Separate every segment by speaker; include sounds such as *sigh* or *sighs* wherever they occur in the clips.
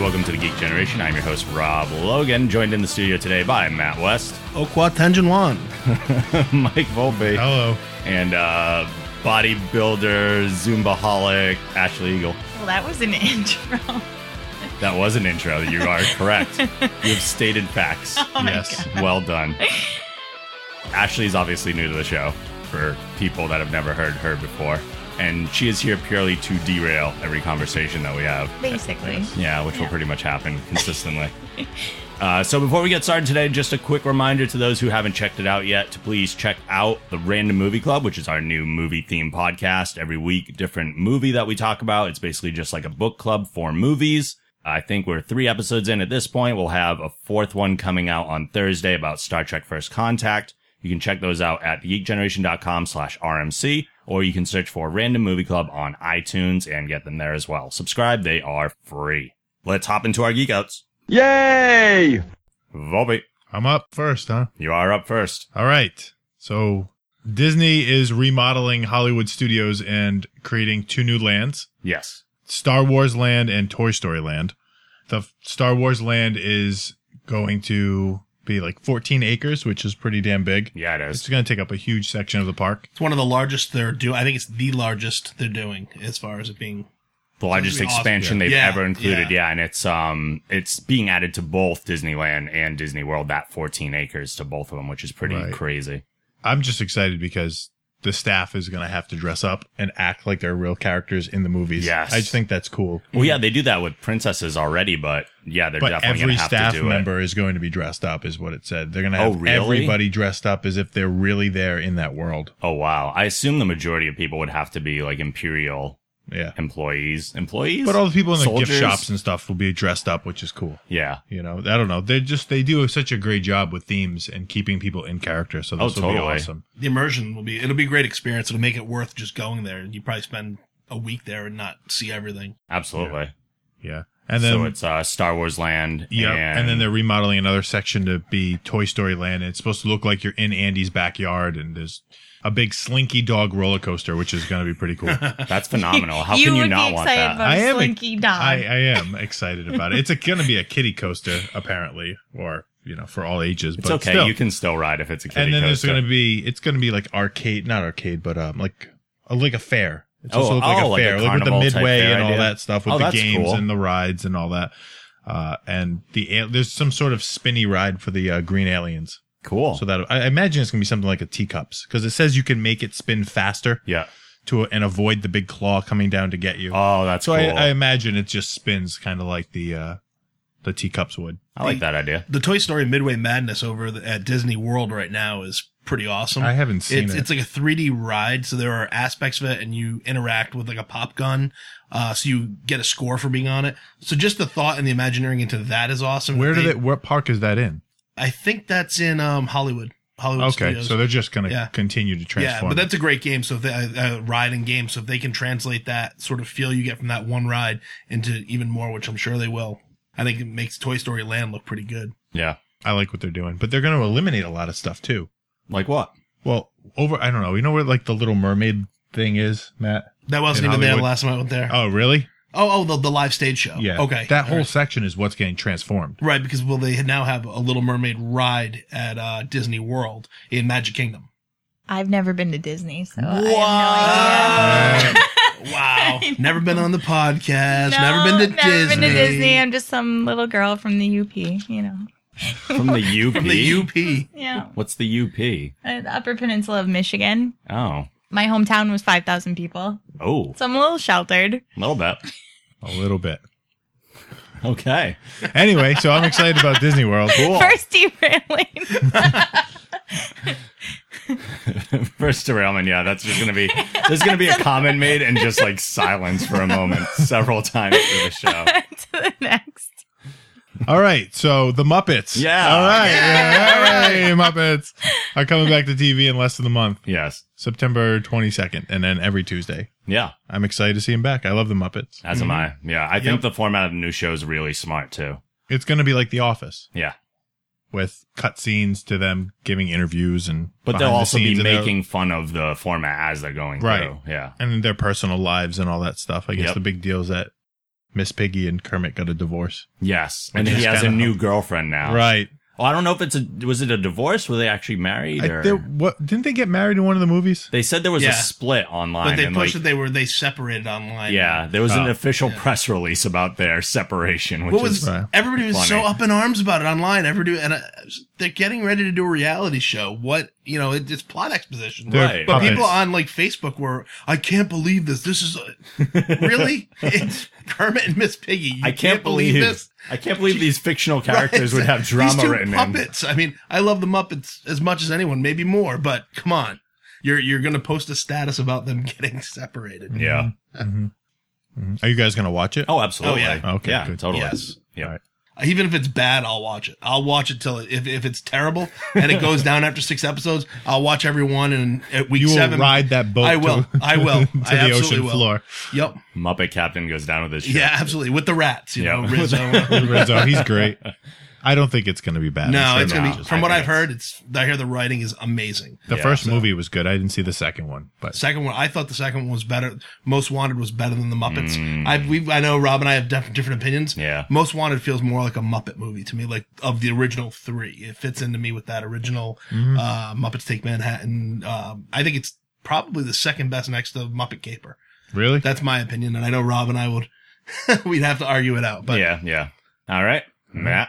Speaker 1: welcome to the Geek Generation. I'm your host, Rob Logan, joined in the studio today by Matt West, *laughs*
Speaker 2: Okwa Tanjinwan.
Speaker 1: Mike Volpe,
Speaker 3: Hello.
Speaker 1: and uh, bodybuilder, Zumbaholic, Ashley Eagle.
Speaker 4: Well, that was an *laughs* intro. Oh
Speaker 1: That was an intro. You are correct. You have stated facts.
Speaker 4: Oh my
Speaker 3: Yes.
Speaker 4: God.
Speaker 1: Well done. Ashley's obviously new to the show for people that have never heard her before. And she is here purely to derail every conversation that we have.
Speaker 4: Basically.
Speaker 1: Yeah, which will
Speaker 4: Yeah.
Speaker 1: pretty much happen consistently. Uh, so before we get started today, just a quick reminder to those who haven't checked it out yet to please check out the Random Movie Club, which is our new movie themed podcast. Every week, different movie that we talk about. It's basically just like a book club for movies. I think we're three episodes in at this point. We'll have a fourth one coming out on Thursday about Star Trek First Contact. You can check those out at thegeekgeneration.com slash RMC, or you can search for Random Movie Club on iTunes and get them there as well. Subscribe. They are free. Let's hop into our geek outs.
Speaker 5: Yay!
Speaker 1: Volpe,
Speaker 3: I'm up first, huh?
Speaker 1: you are up first.
Speaker 3: All right. So Disney is remodeling Hollywood studios and creating two new lands
Speaker 1: Yes.
Speaker 3: Star Wars Land and Toy Story Land. The f- Star Wars Land is going to be like 14 acres, which is pretty damn big.
Speaker 1: Yeah, it
Speaker 3: It's
Speaker 1: is.
Speaker 3: going to take up a huge section of the park.
Speaker 2: It's one of the largest they're doing. I think it's the largest they're doing as far as it being.
Speaker 1: The largest
Speaker 2: Awesome.
Speaker 1: expansion they've
Speaker 2: Yeah,
Speaker 1: ever included.
Speaker 2: yeah.
Speaker 1: Yeah. and it's um it's being added to both Disneyland and Disney World, that fourteen acres to both of them, which is pretty
Speaker 3: Right.
Speaker 1: crazy.
Speaker 3: I'm just excited because the staff is going to have to dress up and act like they're real characters in the movies.
Speaker 1: Yes.
Speaker 3: I just think that's cool.
Speaker 1: Well, yeah, they do that with princesses already, but yeah, they're
Speaker 3: but
Speaker 1: definitely
Speaker 3: every
Speaker 1: gonna have
Speaker 3: staff
Speaker 1: to do it.
Speaker 3: member is going to be dressed up, is what it said. They're going to
Speaker 1: Oh,
Speaker 3: have
Speaker 1: really?
Speaker 3: everybody dressed up as if they're really there in that world.
Speaker 1: Oh wow! I assume the majority of people would have to be like imperial
Speaker 3: Yeah.
Speaker 1: employees. Employees,
Speaker 3: But all the people in the
Speaker 1: Soldiers?
Speaker 3: gift shops and stuff will be dressed up, which is cool.
Speaker 1: yeah.
Speaker 3: You know, I don't know. They just they do such a great job with themes and keeping people in character. So
Speaker 1: Oh,
Speaker 3: this will be
Speaker 1: totally.
Speaker 3: awesome.
Speaker 2: The immersion will be. It'll be a great experience. It'll make it worth just going there. You probably spend a week there and not see everything.
Speaker 1: Absolutely.
Speaker 3: Yeah. And then
Speaker 1: so it's uh, Star Wars Land.
Speaker 3: yeah,
Speaker 1: and,
Speaker 3: and, then they're remodeling another section to be Toy Story Land. And it's supposed to look like you're in Andy's backyard, and there's a big Slinky Dog roller coaster, which is going to be pretty cool.
Speaker 1: *laughs* that's phenomenal.
Speaker 4: *laughs*
Speaker 1: How can you
Speaker 4: would
Speaker 1: not
Speaker 4: be
Speaker 1: want
Speaker 4: excited
Speaker 1: that?
Speaker 4: about
Speaker 3: I am
Speaker 4: Slinky Dog.
Speaker 3: I, I am excited about it. It's going to be a kiddie coaster, apparently, or you know, for all ages.
Speaker 1: it's
Speaker 3: but
Speaker 1: okay.
Speaker 3: still.
Speaker 1: You can still ride if it's a kiddie
Speaker 3: And then there's
Speaker 1: coaster.
Speaker 3: going to be it's going to be like arcade, not arcade, but um, like a, like a fair. It's
Speaker 1: Oh,
Speaker 3: supposed to look like
Speaker 1: oh,
Speaker 3: a
Speaker 1: like a
Speaker 3: fair, like, with the
Speaker 1: carnival type
Speaker 3: midway
Speaker 1: fair
Speaker 3: and all
Speaker 1: idea.
Speaker 3: that stuff, with
Speaker 1: Oh,
Speaker 3: the
Speaker 1: that's
Speaker 3: games
Speaker 1: cool.
Speaker 3: and the rides and all that. Uh, and the al- there's some sort of spinny ride for the uh, green aliens.
Speaker 1: cool.
Speaker 3: So that I I imagine it's going to be something like a teacups because it says you can make it spin faster
Speaker 1: yeah.
Speaker 3: to and avoid the big claw coming down to get you.
Speaker 1: Oh, that's
Speaker 3: So
Speaker 1: cool.
Speaker 3: I, I imagine it just spins kind of like the uh, the teacups would.
Speaker 1: I like that idea.
Speaker 2: The Toy Story Midway Madness over the, at Disney World right now is pretty awesome.
Speaker 3: I haven't seen
Speaker 2: it's,
Speaker 3: it.
Speaker 2: It's like a 3D ride, so there are aspects of it, and you interact with like a pop gun, uh, so you get a score for being on it. So just the thought and the imagineering into that is awesome.
Speaker 3: Where did it? What park is that in?
Speaker 2: I think that's in um Hollywood. Hollywood
Speaker 3: Okay,
Speaker 2: Studios.
Speaker 3: so they're just going to
Speaker 2: Yeah.
Speaker 3: continue to
Speaker 2: yeah,
Speaker 3: transform.
Speaker 2: but that's a great game. So if they, uh, uh, ride and game, so if they can translate that sort of feel you get from that one ride into even more, which I'm sure they will. I think it makes Toy Story Land look pretty good.
Speaker 1: Yeah.
Speaker 3: I like what they're doing, but they're going to eliminate a lot of stuff too.
Speaker 1: Like what?
Speaker 3: Well, over I don't know. You know where like the Little Mermaid thing is, Matt?
Speaker 2: That wasn't
Speaker 3: In
Speaker 2: even there
Speaker 3: Hollywood.
Speaker 2: last time I went there.
Speaker 3: Oh, really?
Speaker 2: oh, oh, the, the live stage show.
Speaker 3: Yeah.
Speaker 2: Okay.
Speaker 3: That
Speaker 2: All
Speaker 3: whole
Speaker 2: right.
Speaker 3: section is what's getting transformed.
Speaker 2: Right, because well, they now have a Little Mermaid ride at uh, Disney World in Magic Kingdom.
Speaker 4: I've never been to Disney, so I have no idea.
Speaker 2: Wow!
Speaker 3: *laughs*
Speaker 4: *laughs*
Speaker 2: wow! Never been on the podcast. never been to
Speaker 4: never
Speaker 2: Disney.
Speaker 4: been to Disney. I'm just some little girl from the UP, you know.
Speaker 1: From *laughs* the UP.
Speaker 2: From the UP.
Speaker 4: Yeah,
Speaker 1: What's the UP?
Speaker 4: Uh, the Upper Peninsula of Michigan.
Speaker 1: Oh.
Speaker 4: My hometown was 5,000 people,
Speaker 1: Oh.
Speaker 4: so I'm a little sheltered.
Speaker 1: A little bit.
Speaker 3: A little bit.
Speaker 1: Okay.
Speaker 3: Anyway, so I'm excited about Disney World.
Speaker 1: Cool.
Speaker 4: *laughs* First derailing.
Speaker 1: *laughs* First derailment. Yeah, that's just gonna be there's gonna be a comment made and just like silence for a moment several times through the show.
Speaker 4: to the next.
Speaker 3: All right, so the Muppets.
Speaker 1: Yeah.
Speaker 3: All right. Yeah.
Speaker 2: *laughs*
Speaker 3: All right, Muppets are coming back to TV in less than a month,
Speaker 1: Yes.
Speaker 3: September 22nd, and then every Tuesday.
Speaker 1: Yeah.
Speaker 3: I'm excited to see them back. I love the Muppets.
Speaker 2: Uh,
Speaker 1: As am I. Yeah. I think the format of the new show is really smart too.
Speaker 3: It's going to be like The Office
Speaker 1: Yeah.
Speaker 3: with cutscenes to them giving interviews and
Speaker 1: But
Speaker 3: behind
Speaker 1: they'll
Speaker 3: the
Speaker 1: also be
Speaker 3: scenes and their-
Speaker 1: making fun of the format as they're going
Speaker 3: Right.
Speaker 1: through. Yeah.
Speaker 3: and their personal lives and all that stuff. I guess
Speaker 1: Yep.
Speaker 3: the big deal is that Miss Piggy and Kermit got a divorce.
Speaker 1: Yes,
Speaker 3: Which
Speaker 1: and he
Speaker 3: is
Speaker 1: has a
Speaker 3: kinda-
Speaker 1: new girlfriend now.
Speaker 3: Right.
Speaker 1: Well, I don't know if it's a was it a divorce? Were they actually married?
Speaker 3: I,
Speaker 1: or
Speaker 3: they, what didn't they get married in one of the movies?
Speaker 1: they said there was
Speaker 2: Yeah.
Speaker 1: a split online.
Speaker 2: But they
Speaker 1: and
Speaker 2: pushed
Speaker 1: like,
Speaker 2: that they were they separated online.
Speaker 1: yeah, there was an
Speaker 3: Oh.
Speaker 1: official press release about their separation, which
Speaker 2: What was
Speaker 1: is
Speaker 3: Right.
Speaker 2: everybody was so
Speaker 1: funny.
Speaker 2: up in arms about it online? Everybody and uh, they're getting ready to do a reality show. What you know, it, it's plot exposition.
Speaker 3: They're
Speaker 1: Right.
Speaker 2: But
Speaker 3: puppets.
Speaker 2: people on like Facebook were, I can't believe this. This is a,
Speaker 1: *laughs*
Speaker 2: really it's Kermit and Miss Piggy. You
Speaker 1: I can't, believe,
Speaker 2: this.
Speaker 1: I can't believe these fictional characters would have drama
Speaker 2: *laughs* These two
Speaker 1: written in.
Speaker 2: puppets. I mean, I love the Muppets as much as anyone, maybe more. But come on, you're you're gonna post a status about them *laughs* getting separated.
Speaker 1: Yeah.
Speaker 3: Mhm. Mhm. Are you guys gonna watch it?
Speaker 1: Oh, absolutely.
Speaker 2: Mm-hmm. Oh, yeah.
Speaker 3: Okay,
Speaker 1: Yeah,
Speaker 3: good.
Speaker 1: totally.
Speaker 2: Yes.
Speaker 1: Yeah.
Speaker 2: Even if it's bad, I'll watch it. I'll watch it till if if it's terrible and it goes down after six episodes, I'll watch every one and at week
Speaker 3: you will
Speaker 2: seven.
Speaker 3: ride that boat.
Speaker 2: I will.
Speaker 3: To,
Speaker 2: I
Speaker 3: *laughs*
Speaker 2: will.
Speaker 3: to
Speaker 2: I
Speaker 3: the
Speaker 2: absolutely
Speaker 3: ocean
Speaker 2: will.
Speaker 3: floor.
Speaker 2: Yep.
Speaker 1: Muppet Captain goes down with his shirt.
Speaker 2: Yeah, absolutely. With the rats, you
Speaker 3: *laughs*
Speaker 1: Yeah.
Speaker 2: know, Rizzo.
Speaker 3: Rizzo, "Oh, he's
Speaker 2: *laughs*
Speaker 3: great. I don't think it's gonna be bad. I'm
Speaker 2: no,
Speaker 3: sure
Speaker 2: it's
Speaker 3: not.
Speaker 2: gonna
Speaker 1: no.
Speaker 2: be. From what
Speaker 1: I
Speaker 2: I've
Speaker 1: think
Speaker 2: heard, it's I hear the writing is amazing.
Speaker 3: The
Speaker 1: Yeah,
Speaker 3: first
Speaker 1: so-
Speaker 3: movie was good. I didn't see the second one, but
Speaker 2: Second one, I thought the second one was better. Most Wanted was better than the Muppets.
Speaker 1: Mm.
Speaker 2: I we I know Rob and I have def- different opinions.
Speaker 1: Yeah.
Speaker 2: Most Wanted feels more like a Muppet movie to me, like of the original three. It fits into me with that original uh, Muppets Take Manhattan. Um, I think it's probably the second best next to Muppet Caper.
Speaker 3: really,
Speaker 2: That's my opinion, and I know Rob and I would *laughs* we'd have to argue it out. But
Speaker 1: yeah. Yeah. All right.
Speaker 2: Mm-hmm.
Speaker 1: Matt.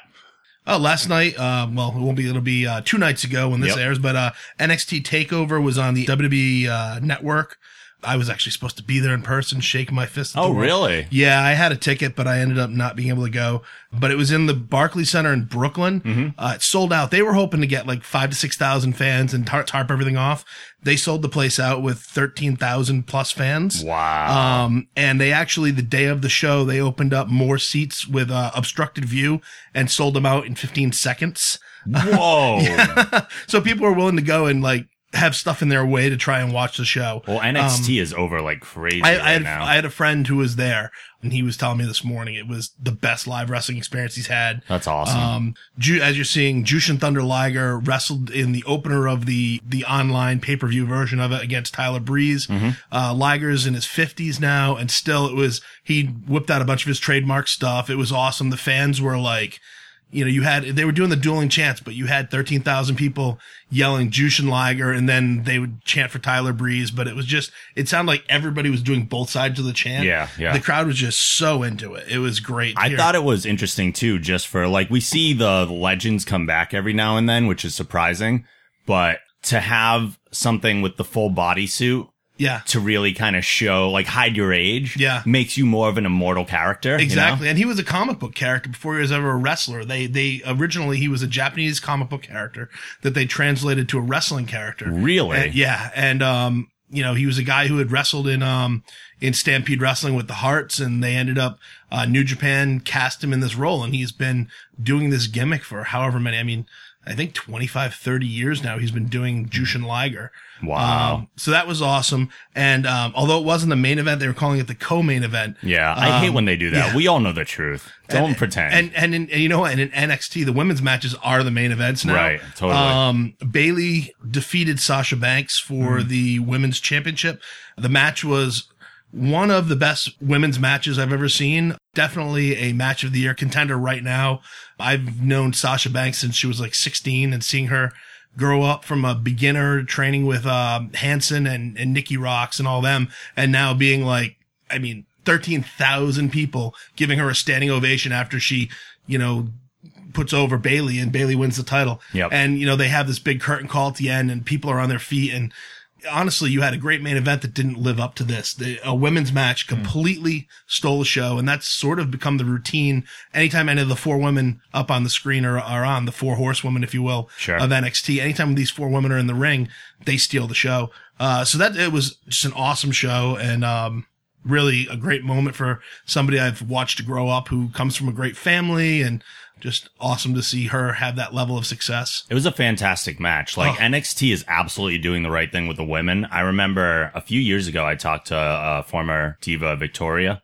Speaker 2: Oh, last night. Uh, well, it won't be. It'll be uh, two nights ago when this
Speaker 1: Yep.
Speaker 2: airs. But uh, NXT Takeover was on the WWE uh, network. I was actually supposed to be there in person, shake my fist. at the
Speaker 1: Oh,
Speaker 2: world.
Speaker 1: really?
Speaker 2: Yeah, I had a ticket, but I ended up not being able to go. But it was in the Barclay Center in Brooklyn.
Speaker 1: Mm-hmm.
Speaker 2: Uh, it sold out. They were hoping to get like five to six thousand fans and tar- tarp everything off. They sold the place out with thirteen thousand plus fans.
Speaker 1: Wow.
Speaker 2: Um, and they actually, the day of the show, they opened up more seats with uh, obstructed view and sold them out in 15 seconds. *laughs*
Speaker 1: Whoa.
Speaker 2: so people are willing to go and like have stuff in their way to try and watch the show.
Speaker 1: Well, NXT is over like crazy
Speaker 2: Um, I,
Speaker 1: right
Speaker 2: I, had,
Speaker 1: now.
Speaker 2: I had a friend who was there and he was telling me this morning it was the best live wrestling experience he's had.
Speaker 1: That's awesome.
Speaker 2: Um, Ju- as you're seeing, Jushin Thunder Liger wrestled in the opener of the the online pay per view version of it against Tyler Breeze.
Speaker 1: Mm-hmm.
Speaker 2: Uh, Liger's in his 50s now, and still it was he whipped out a bunch of his trademark stuff. It was awesome. The fans were like. You know, you had, they were doing the dueling chants, but you had 13,000 people yelling Jushin Liger and then they would chant for Tyler Breeze, but it was just, it sounded like everybody was doing both sides of the chant.
Speaker 1: Yeah, yeah.
Speaker 2: The crowd was just so into it. It was great.
Speaker 1: I
Speaker 2: Here-
Speaker 1: thought it was interesting too, just for like we see the legends come back every now and then, which is surprising, but to have something with the full bodysuit
Speaker 2: yeah.
Speaker 1: to really kind of show like hide your age
Speaker 2: Yeah.
Speaker 1: makes you more of an immortal character. you know?
Speaker 2: Exactly. And he was a comic book character before he was ever a wrestler. They they originally he was a Japanese comic book character that they translated to a wrestling character.
Speaker 1: Really?
Speaker 2: And- yeah. And um you know, he was a guy who had wrestled in um in Stampede Wrestling with the Hearts and they ended up uh New Japan cast him in this role and he's been doing this gimmick for however many I mean I think 25, 30 years now he's been doing Jushin Liger.
Speaker 1: Wow.
Speaker 2: Um, so that was awesome. And um, although it wasn't the main event, they were calling it the co-main event.
Speaker 1: yeah. I hate
Speaker 2: Um,
Speaker 1: when they do that. We all know the truth. Don't pretend.
Speaker 2: And and, in, and you know what? And in NXT, the women's matches are the main events now.
Speaker 1: Right, totally.
Speaker 2: Um, Bailey defeated Sasha Banks for
Speaker 1: Mm-hmm.
Speaker 2: the women's championship. The match was one of the best women's matches I've ever seen. Definitely a match of the year contender right now. I've known Sasha Banks since she was like 16 and seeing her grow up from a beginner training with um, Hanson and, and Nikki Rocks and all them, and now being like, I mean, 13,000 people giving her a standing ovation after she, you know, puts over Bailey and Bailey wins the title.
Speaker 1: Yep.
Speaker 2: And, you know, they have this big curtain call at the end and people are on their feet. And honestly, you had a great main event that didn't live up to this. The, a women's match completely stole the show. And that's sort of become the routine. Anytime any of the four women up on the screen are, are on the four horsewomen, if you will,
Speaker 1: Sure.
Speaker 2: of NXT, anytime these four women are in the ring, they steal the show. Uh, so that it was just an awesome show. And, um, really a great moment for somebody I've watched grow up who comes from a great family and just awesome to see her have that level of success.
Speaker 1: It was a fantastic match. Like
Speaker 2: Oh.
Speaker 1: NXT is absolutely doing the right thing with the women. I remember a few years ago, I talked to uh, former diva Victoria,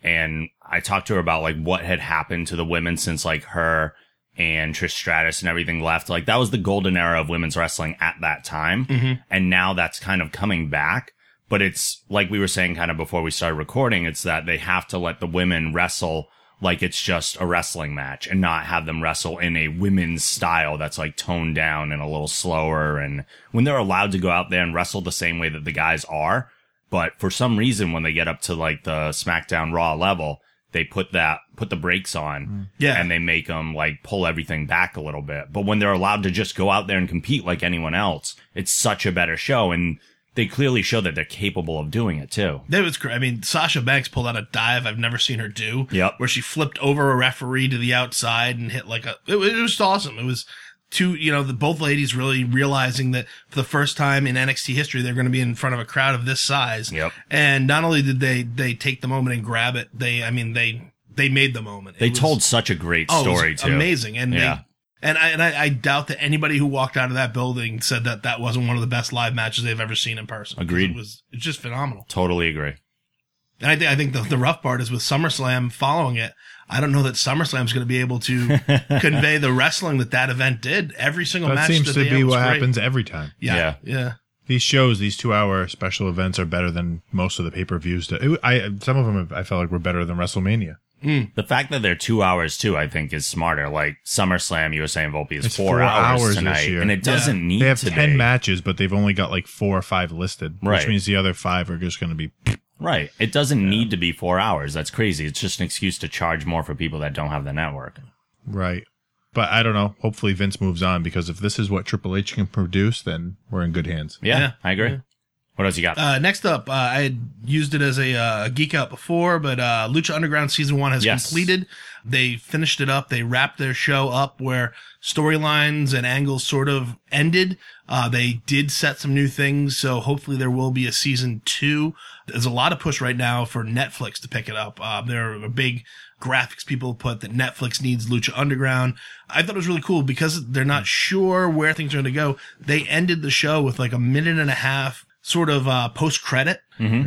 Speaker 1: and I talked to her about like what had happened to the women since like her and Trish Stratus and everything left. Like that was the golden era of women's wrestling at that time, and now that's kind of coming back. But it's like we were saying kind of before we started recording, it's that they have to let the women wrestle like it's just a wrestling match and not have them wrestle in a women's style that's like toned down and a little slower. And when they're allowed to go out there and wrestle the same way that the guys are, but for some reason, when they get up to like the SmackDown Raw level, they put that put the brakes on,
Speaker 2: Yeah.
Speaker 1: and they make them like pull everything back a little bit. But when they're allowed to just go out there and compete like anyone else, it's such a better show, and they clearly show that they're capable of doing it too.
Speaker 2: That was great. I mean, Sasha Banks pulled out a dive I've never seen her do.
Speaker 1: Yep.
Speaker 2: Where she flipped over a referee to the outside and hit like a. It, wa- it was awesome. It was two, you know, the both ladies really realizing that for the first time in NXT history, they're going to be in front of a crowd of this size.
Speaker 1: Yep.
Speaker 2: And not only did they they take the moment and grab it, they I mean they they made the moment. It
Speaker 1: They
Speaker 2: was-
Speaker 1: told such a great
Speaker 2: oh, it was
Speaker 1: story too.
Speaker 2: Amazing. And
Speaker 1: Yeah.
Speaker 2: they. And I, and I, I doubt that anybody who walked out of that building said that that wasn't one of the best live matches they've ever seen in person. 'Cause
Speaker 1: Agreed.
Speaker 2: It was it's just phenomenal.
Speaker 1: Totally agree.
Speaker 2: And I, th- I think the, the rough part is with SummerSlam following it. I don't know that SummerSlam's going to be able to convey the wrestling that that event did. Every single
Speaker 3: That
Speaker 2: match
Speaker 3: seems
Speaker 2: that
Speaker 3: to
Speaker 2: they
Speaker 3: be
Speaker 2: had was
Speaker 3: what
Speaker 2: great.
Speaker 3: happens every time.
Speaker 2: Yeah, yeah,
Speaker 3: These shows, these two-hour special events, are better than most of the pay-per-views. That it, I some of them I felt like were better than WrestleMania.
Speaker 1: The fact that they're two hours too, I think, is smarter. Like SummerSlam, you were saying, Volpe is
Speaker 3: It's
Speaker 1: four,
Speaker 3: four
Speaker 1: hours,
Speaker 3: hours this
Speaker 1: tonight,
Speaker 3: year.
Speaker 1: and it doesn't need
Speaker 3: They have
Speaker 1: to
Speaker 3: ten
Speaker 1: be.
Speaker 3: matches, but they've only got like four or five listed,
Speaker 1: Right.
Speaker 3: which means the other five are just going to be.
Speaker 1: Right, it doesn't need to be four hours. That's crazy. It's just an excuse to charge more for people that don't have the network.
Speaker 3: Right. But I don't know. Hopefully Vince moves on because if this is what Triple H can produce, then we're in good hands.
Speaker 1: Yeah,
Speaker 2: Yeah.
Speaker 1: I agree. What else you got?
Speaker 2: Uh, next up, uh, I had used it as a uh, geek out before, but uh, Lucha Underground season one has
Speaker 1: Yes.
Speaker 2: completed. They finished it up. They wrapped their show up where storylines and angles sort of ended. Uh, they did set some new things, so hopefully there will be a season two. There's a lot of push right now for Netflix to pick it up. Uh, there are big graphics people put that Netflix needs Lucha Underground. I thought it was really cool because they're not sure where things are going to go. They ended the show with like a minute and a half sort of uh, post credit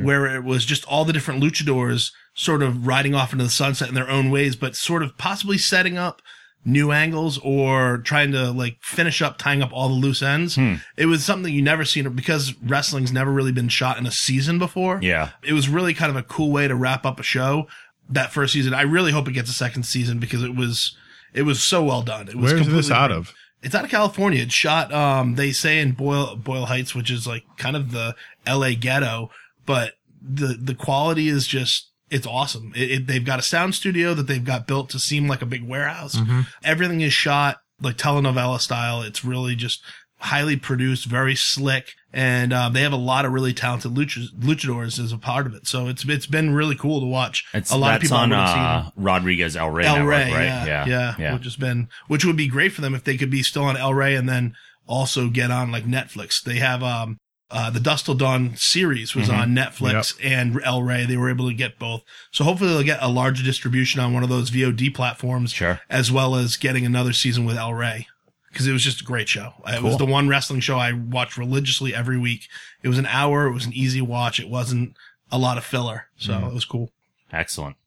Speaker 2: where it was just all the different luchadors sort of riding off into the sunset in their own ways, but sort of possibly setting up new angles or trying to like finish up tying up all the loose ends. It was something you never seen because wrestling's never really been shot in a season before.
Speaker 1: Yeah.
Speaker 2: It was really kind of a cool way to wrap up a show that first season. I really hope it gets a second season because it was it was so well done. It was
Speaker 3: Where is this
Speaker 2: completely-
Speaker 3: out of?
Speaker 2: it's out of California. It's shot, um, they say in Boyle, Boyle Heights, which is like kind of the LA ghetto, but the, the quality is just, it's awesome. It, it, they've got a sound studio that they've got built to seem like a big warehouse.
Speaker 1: Mm-hmm.
Speaker 2: Everything is shot like telenovela style. It's really just highly produced, very slick. And, uh, they have a lot of really talented luchas, luchadors as a part of it. So it's, it's been really cool to watch.
Speaker 1: It's
Speaker 2: a lot of
Speaker 1: that's
Speaker 2: people I
Speaker 1: on
Speaker 2: wouldn't have seen.
Speaker 1: uh, Rodriguez El Rey,
Speaker 2: El
Speaker 1: network,
Speaker 2: Rey,
Speaker 1: right?
Speaker 2: yeah, yeah,
Speaker 1: yeah,
Speaker 2: which has been which would be great for them if they could be still on El Rey and then also get on like Netflix. They have um uh the Dust Till Dawn series
Speaker 1: Mm-hmm.
Speaker 2: was on Netflix and El Rey. They were able to get both, so hopefully they'll get a larger distribution on one of those VOD platforms,
Speaker 1: Sure.
Speaker 2: as well as getting another season with El Rey. Because it was just a great show. Uh, It was the one wrestling show I watched religiously every week. It was an hour. It was an easy watch. It wasn't a lot of filler, so
Speaker 1: Mm.
Speaker 2: it was cool.
Speaker 1: Excellent.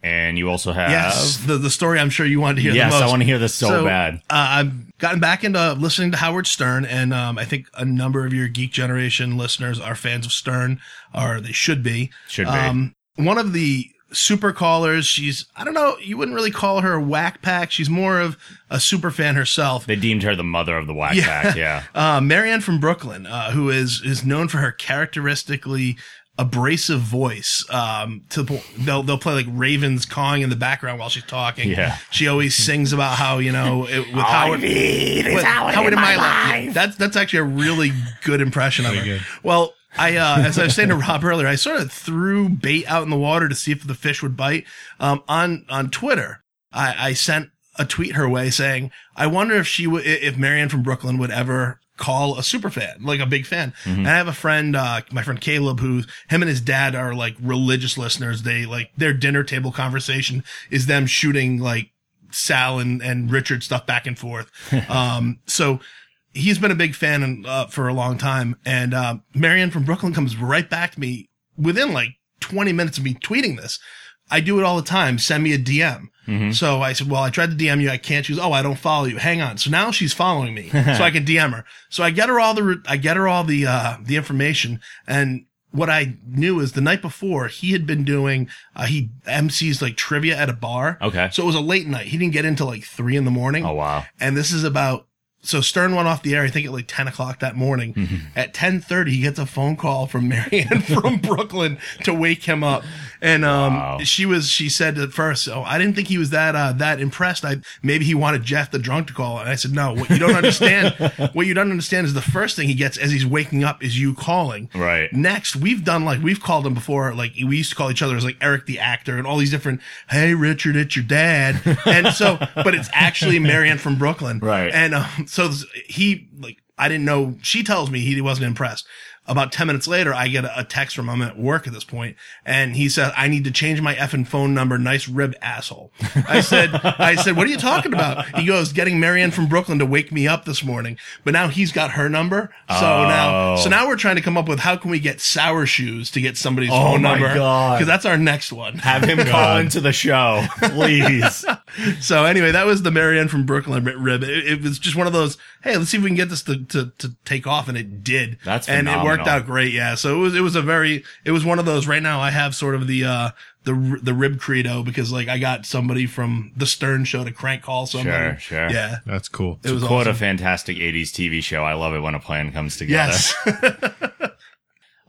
Speaker 1: And you also have
Speaker 2: Yes, the the story I'm sure you wanted to hear.
Speaker 1: Yes,
Speaker 2: the
Speaker 1: I
Speaker 2: most.
Speaker 1: want to hear this so, bad.
Speaker 2: Uh, I've gotten back into listening to Howard Stern, and um, I think a number of your Geek Generation listeners are fans of Stern, or they should be.
Speaker 1: Should be.
Speaker 2: Um, one of the super callers, she's, I don't know, you wouldn't really call her a whack pack. She's more of a super fan herself.
Speaker 1: They deemed her the mother of the Whack
Speaker 2: Yeah.
Speaker 1: Pack.
Speaker 2: *laughs*
Speaker 1: Yeah.
Speaker 2: Uh, Marianne from Brooklyn, uh, who is is known for her characteristically abrasive voice. Um, to the po- they'll they'll play like ravens cawing in the background while she's talking.
Speaker 1: Yeah. Oh,
Speaker 2: she always sings about how you know it,
Speaker 1: *laughs*
Speaker 2: with Howard. with Howard in my life. That's that's actually a really good impression of her.
Speaker 3: good.
Speaker 2: Well. I, uh, as I was saying to Rob earlier, I sort of threw bait out in the water to see if the fish would bite. Um, on, on Twitter, I, I sent a tweet her way saying, I wonder if she would, if Marianne from Brooklyn would ever call a super fan, like a big fan. And I have a friend, uh, my friend Caleb, who him and his dad are like religious listeners. They like their dinner table conversation is them shooting like Sal and, and Richard stuff back and forth. um, so he's been a big fan and, uh, for a long time. And, uh, Marianne from Brooklyn comes right back to me within like 20 minutes of me tweeting this. I do it all the time. Send me a DM. So I said, well, I tried to DM you. I can't. She goes, oh, I don't follow you. Hang on. So now she's following me so I can DM her. So I get her all the, re- I get her all the, uh, the information and what I knew is the night before he had been doing uh, he MCs like trivia at a bar.
Speaker 1: Okay.
Speaker 2: So it was a late night. He didn't get into like three in the morning.
Speaker 1: Oh wow.
Speaker 2: And this is about so Stern went off the air, I think at like 10 o'clock that morning.
Speaker 1: Mm-hmm.
Speaker 2: At 10:30, he gets a phone call from Marianne *laughs* from Brooklyn to wake him up. And um,
Speaker 1: Wow.
Speaker 2: she was she said at first, Oh, I didn't think he was that uh, that impressed. I maybe he wanted Jeff the drunk to call. And I said, No, what you don't
Speaker 1: *laughs*
Speaker 2: understand, what you don't understand is the first thing he gets as he's waking up is you calling.
Speaker 1: Right.
Speaker 2: Next, we've done like we've called him before, like we used to call each other as like Eric the actor and all these different, hey Richard, it's your dad. And so, but it's actually Marianne from Brooklyn.
Speaker 1: Right.
Speaker 2: And um, so this- he like I didn't know. She tells me he wasn't impressed. About ten minutes later, I get a a text from him at work at this point, and he says, "I need to change my effing phone number." Nice rib, asshole. I said, "I said, what are you talking about?" He goes, "Getting Marianne from Brooklyn to wake me up this morning." But now he's got her number, so now,
Speaker 1: Oh.
Speaker 2: so now we're trying to come up with how can we get sour shoes to get somebody's
Speaker 1: Oh
Speaker 2: phone
Speaker 1: my
Speaker 2: number
Speaker 1: God.
Speaker 2: because that's our next one.
Speaker 1: Have
Speaker 3: *laughs*
Speaker 1: him call into the show, please.
Speaker 2: So anyway, that was the Marianne from Brooklyn ri- rib. It, it was just one of those. Hey, let's see if we can get this to, to, to take off, and it did.
Speaker 1: That's
Speaker 2: and it worked
Speaker 1: phenomenal.
Speaker 2: out great. Yeah. So it was it was a very it was one of those. Right now, I have sort of the uh the r- the rib credo because like I got somebody from the Stern show to crank call
Speaker 1: Sure,
Speaker 2: somebody.
Speaker 1: sure.
Speaker 2: Yeah.
Speaker 3: That's cool.
Speaker 2: It was
Speaker 1: Quote
Speaker 2: awesome.
Speaker 1: a fantastic 80s TV show. I love it when a plan comes together. *laughs*
Speaker 2: Yes.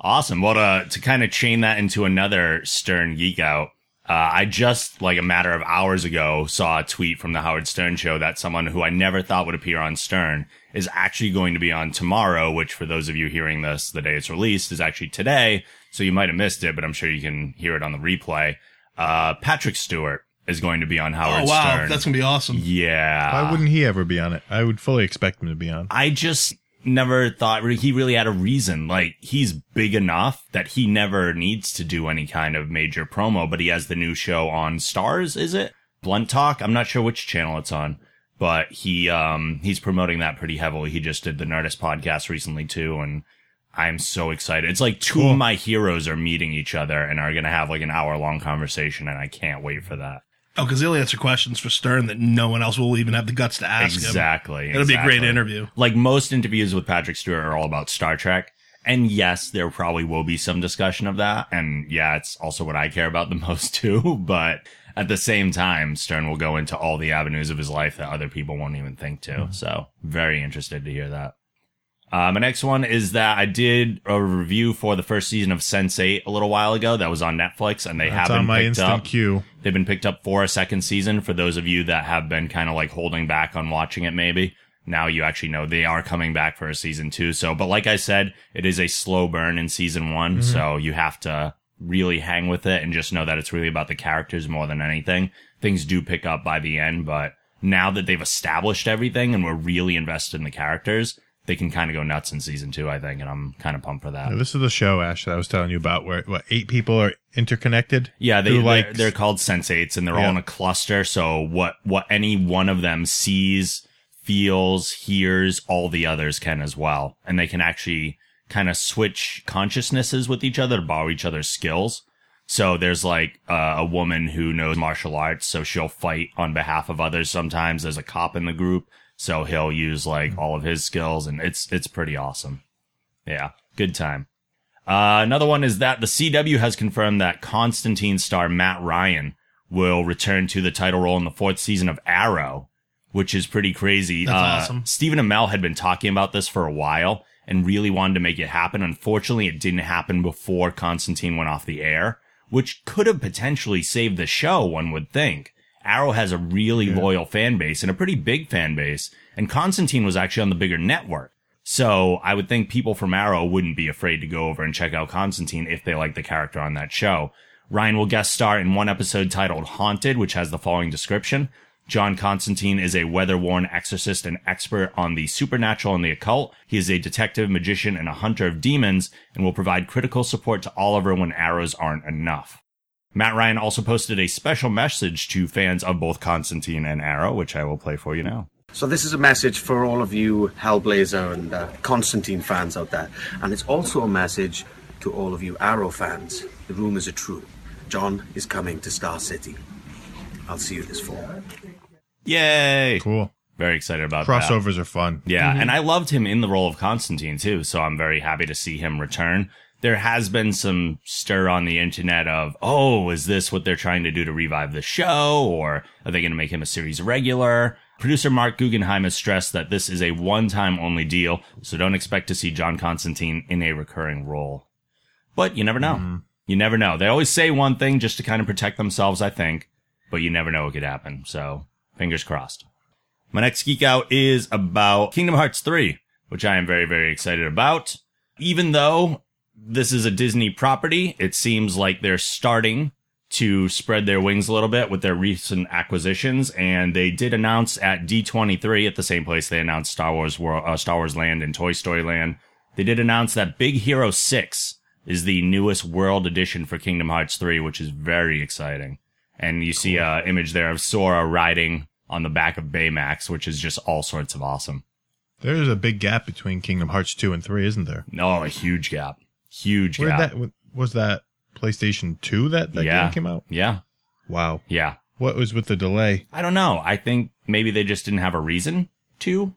Speaker 1: Awesome. Well, to, to kind of chain that into another Stern geek out, uh, I just, like a matter of hours ago, saw a tweet from the Howard Stern show that someone who I never thought would appear on Stern is actually going to be on tomorrow, which for those of you hearing this, the day it's released is actually today. So you might have missed it, but I'm sure you can hear it on the replay. Uh, Patrick Stewart is going to be on Howard
Speaker 2: oh wow,
Speaker 1: Stern.
Speaker 2: that's gonna be awesome.
Speaker 1: yeah.
Speaker 3: Why wouldn't he ever be on it? I would fully expect him to be on.
Speaker 1: I just never thought re- he really had a reason. Like he's big enough that he never needs to do any kind of major promo, but he has the new show on Stars, is it? Blunt Talk. I'm not sure which channel it's on, but he um he's promoting that pretty heavily. He just did the Nerdist podcast recently too and I'm so excited. It's like two of my heroes are meeting each other and are going to have like an hour long conversation and I can't wait for that.
Speaker 2: Oh, because he'll answer questions for Stern that no one else will even have the guts to ask him.
Speaker 1: exactly.
Speaker 2: It'll be a great
Speaker 1: exactly.
Speaker 2: interview.
Speaker 1: like most interviews with Patrick Stewart are all about Star Trek. And yes, there probably will be some discussion of that. And yeah, it's also what I care about the *laughs* most too. But at the same time, Stern will go into all the avenues of his life that other people won't even think to.
Speaker 3: Mm-hmm.
Speaker 1: So very interested to hear that. Uh, my next one is that I did a review for the first season of Sense8 a little while ago that was on Netflix and they
Speaker 3: That's
Speaker 1: haven't
Speaker 3: on my
Speaker 1: picked
Speaker 3: instant
Speaker 1: up.
Speaker 3: queue.
Speaker 1: They've been picked up for a second season for those of you that have been kind of like holding back on watching it maybe. Now you actually know they are coming back for a season two. So, but like I said, it is a slow burn in season one. So you have to really hang with it and just know that it's really about the characters more than anything. Things do pick up by the end, but now that they've established everything and we're really invested in the characters, they can kind of go nuts in season two, I think. And I'm kind of pumped for that.
Speaker 3: Now, this is the show, Ash, that I was telling you about where what eight people are interconnected.
Speaker 1: Yeah, they
Speaker 3: They're
Speaker 1: they're,
Speaker 3: like-
Speaker 1: they're called sensates, and they're all
Speaker 3: Yeah.
Speaker 1: in a cluster. So what what any one of them sees, feels, hears, all the others can as well, and they can actually kind of switch consciousnesses with each other to borrow each other's skills. So there's like uh, a woman who knows martial arts, so she'll fight on behalf of others. Sometimes there's a cop in the group, so he'll use like all of his skills, and it's it's pretty awesome. Yeah, good time. Uh, another one is that the CW has confirmed that Constantine star Matt Ryan will return to the title role in the fourth season of Arrow, which is pretty crazy.
Speaker 2: That's
Speaker 1: Uh,
Speaker 2: awesome.
Speaker 1: Stephen Amell had been talking about this for a while and really wanted to make it happen. Unfortunately, it didn't happen before Constantine went off the air, which could have potentially saved the show, one would think. Arrow has a really loyal fan base and a pretty big fan base, and Constantine was actually on the bigger network. So I would think people from Arrow wouldn't be afraid to go over and check out Constantine if they like the character on that show. Ryan will guest star in one episode titled Haunted, which has the following description. John Constantine is a weather worn exorcist and expert on the supernatural and the occult. He is a detective, magician, and a hunter of demons and will provide critical support to Oliver when arrows aren't enough. Matt Ryan also posted a special message to fans of both Constantine and Arrow, which I will play for you now.
Speaker 5: So this is a message for all of you Hellblazer and uh, Constantine fans out there, and it's also a message to all of you Arrow fans. The rumors are true. John is coming to Star City. I'll see you this fall.
Speaker 1: Yay!
Speaker 3: Cool.
Speaker 1: Very excited about that.
Speaker 3: Crossovers are fun.
Speaker 1: Yeah, and I loved him in the role of Constantine too, so I'm very happy to see him return. there has been some stir on the internet of, oh, is this what they're trying to do to revive the show? Or are they going to make him a series regular? Producer Mark Guggenheim has stressed that this is a one time only deal, so don't expect to see John Constantine in a recurring role. But you never know. You never know. They always say one thing just to kind of protect themselves, I think, but you never know what could happen. So fingers crossed. My next geek out is about Kingdom Hearts 3, which I am very, very excited about. Even though this is a Disney property, it seems like they're starting to spread their wings a little bit with their recent acquisitions. And they did announce at D23 at the same place they announced Star Wars World, uh, Star Wars Land and Toy Story Land. They did announce that Big Hero 6 is the newest world edition for Kingdom Hearts 3, which is very exciting. And you see a image there of Sora riding on the back of Baymax, which is just all sorts of awesome.
Speaker 3: There's a big gap between Kingdom Hearts 2 and 3, isn't there?
Speaker 1: No, Oh, a huge gap. Huge
Speaker 3: Where
Speaker 1: gap.
Speaker 3: that wa- was that PlayStation 2 that that
Speaker 1: Yeah.
Speaker 3: game came out?
Speaker 1: yeah.
Speaker 3: Wow.
Speaker 1: Yeah.
Speaker 3: What was with the delay?
Speaker 1: I don't know. I think maybe they just didn't have a reason to.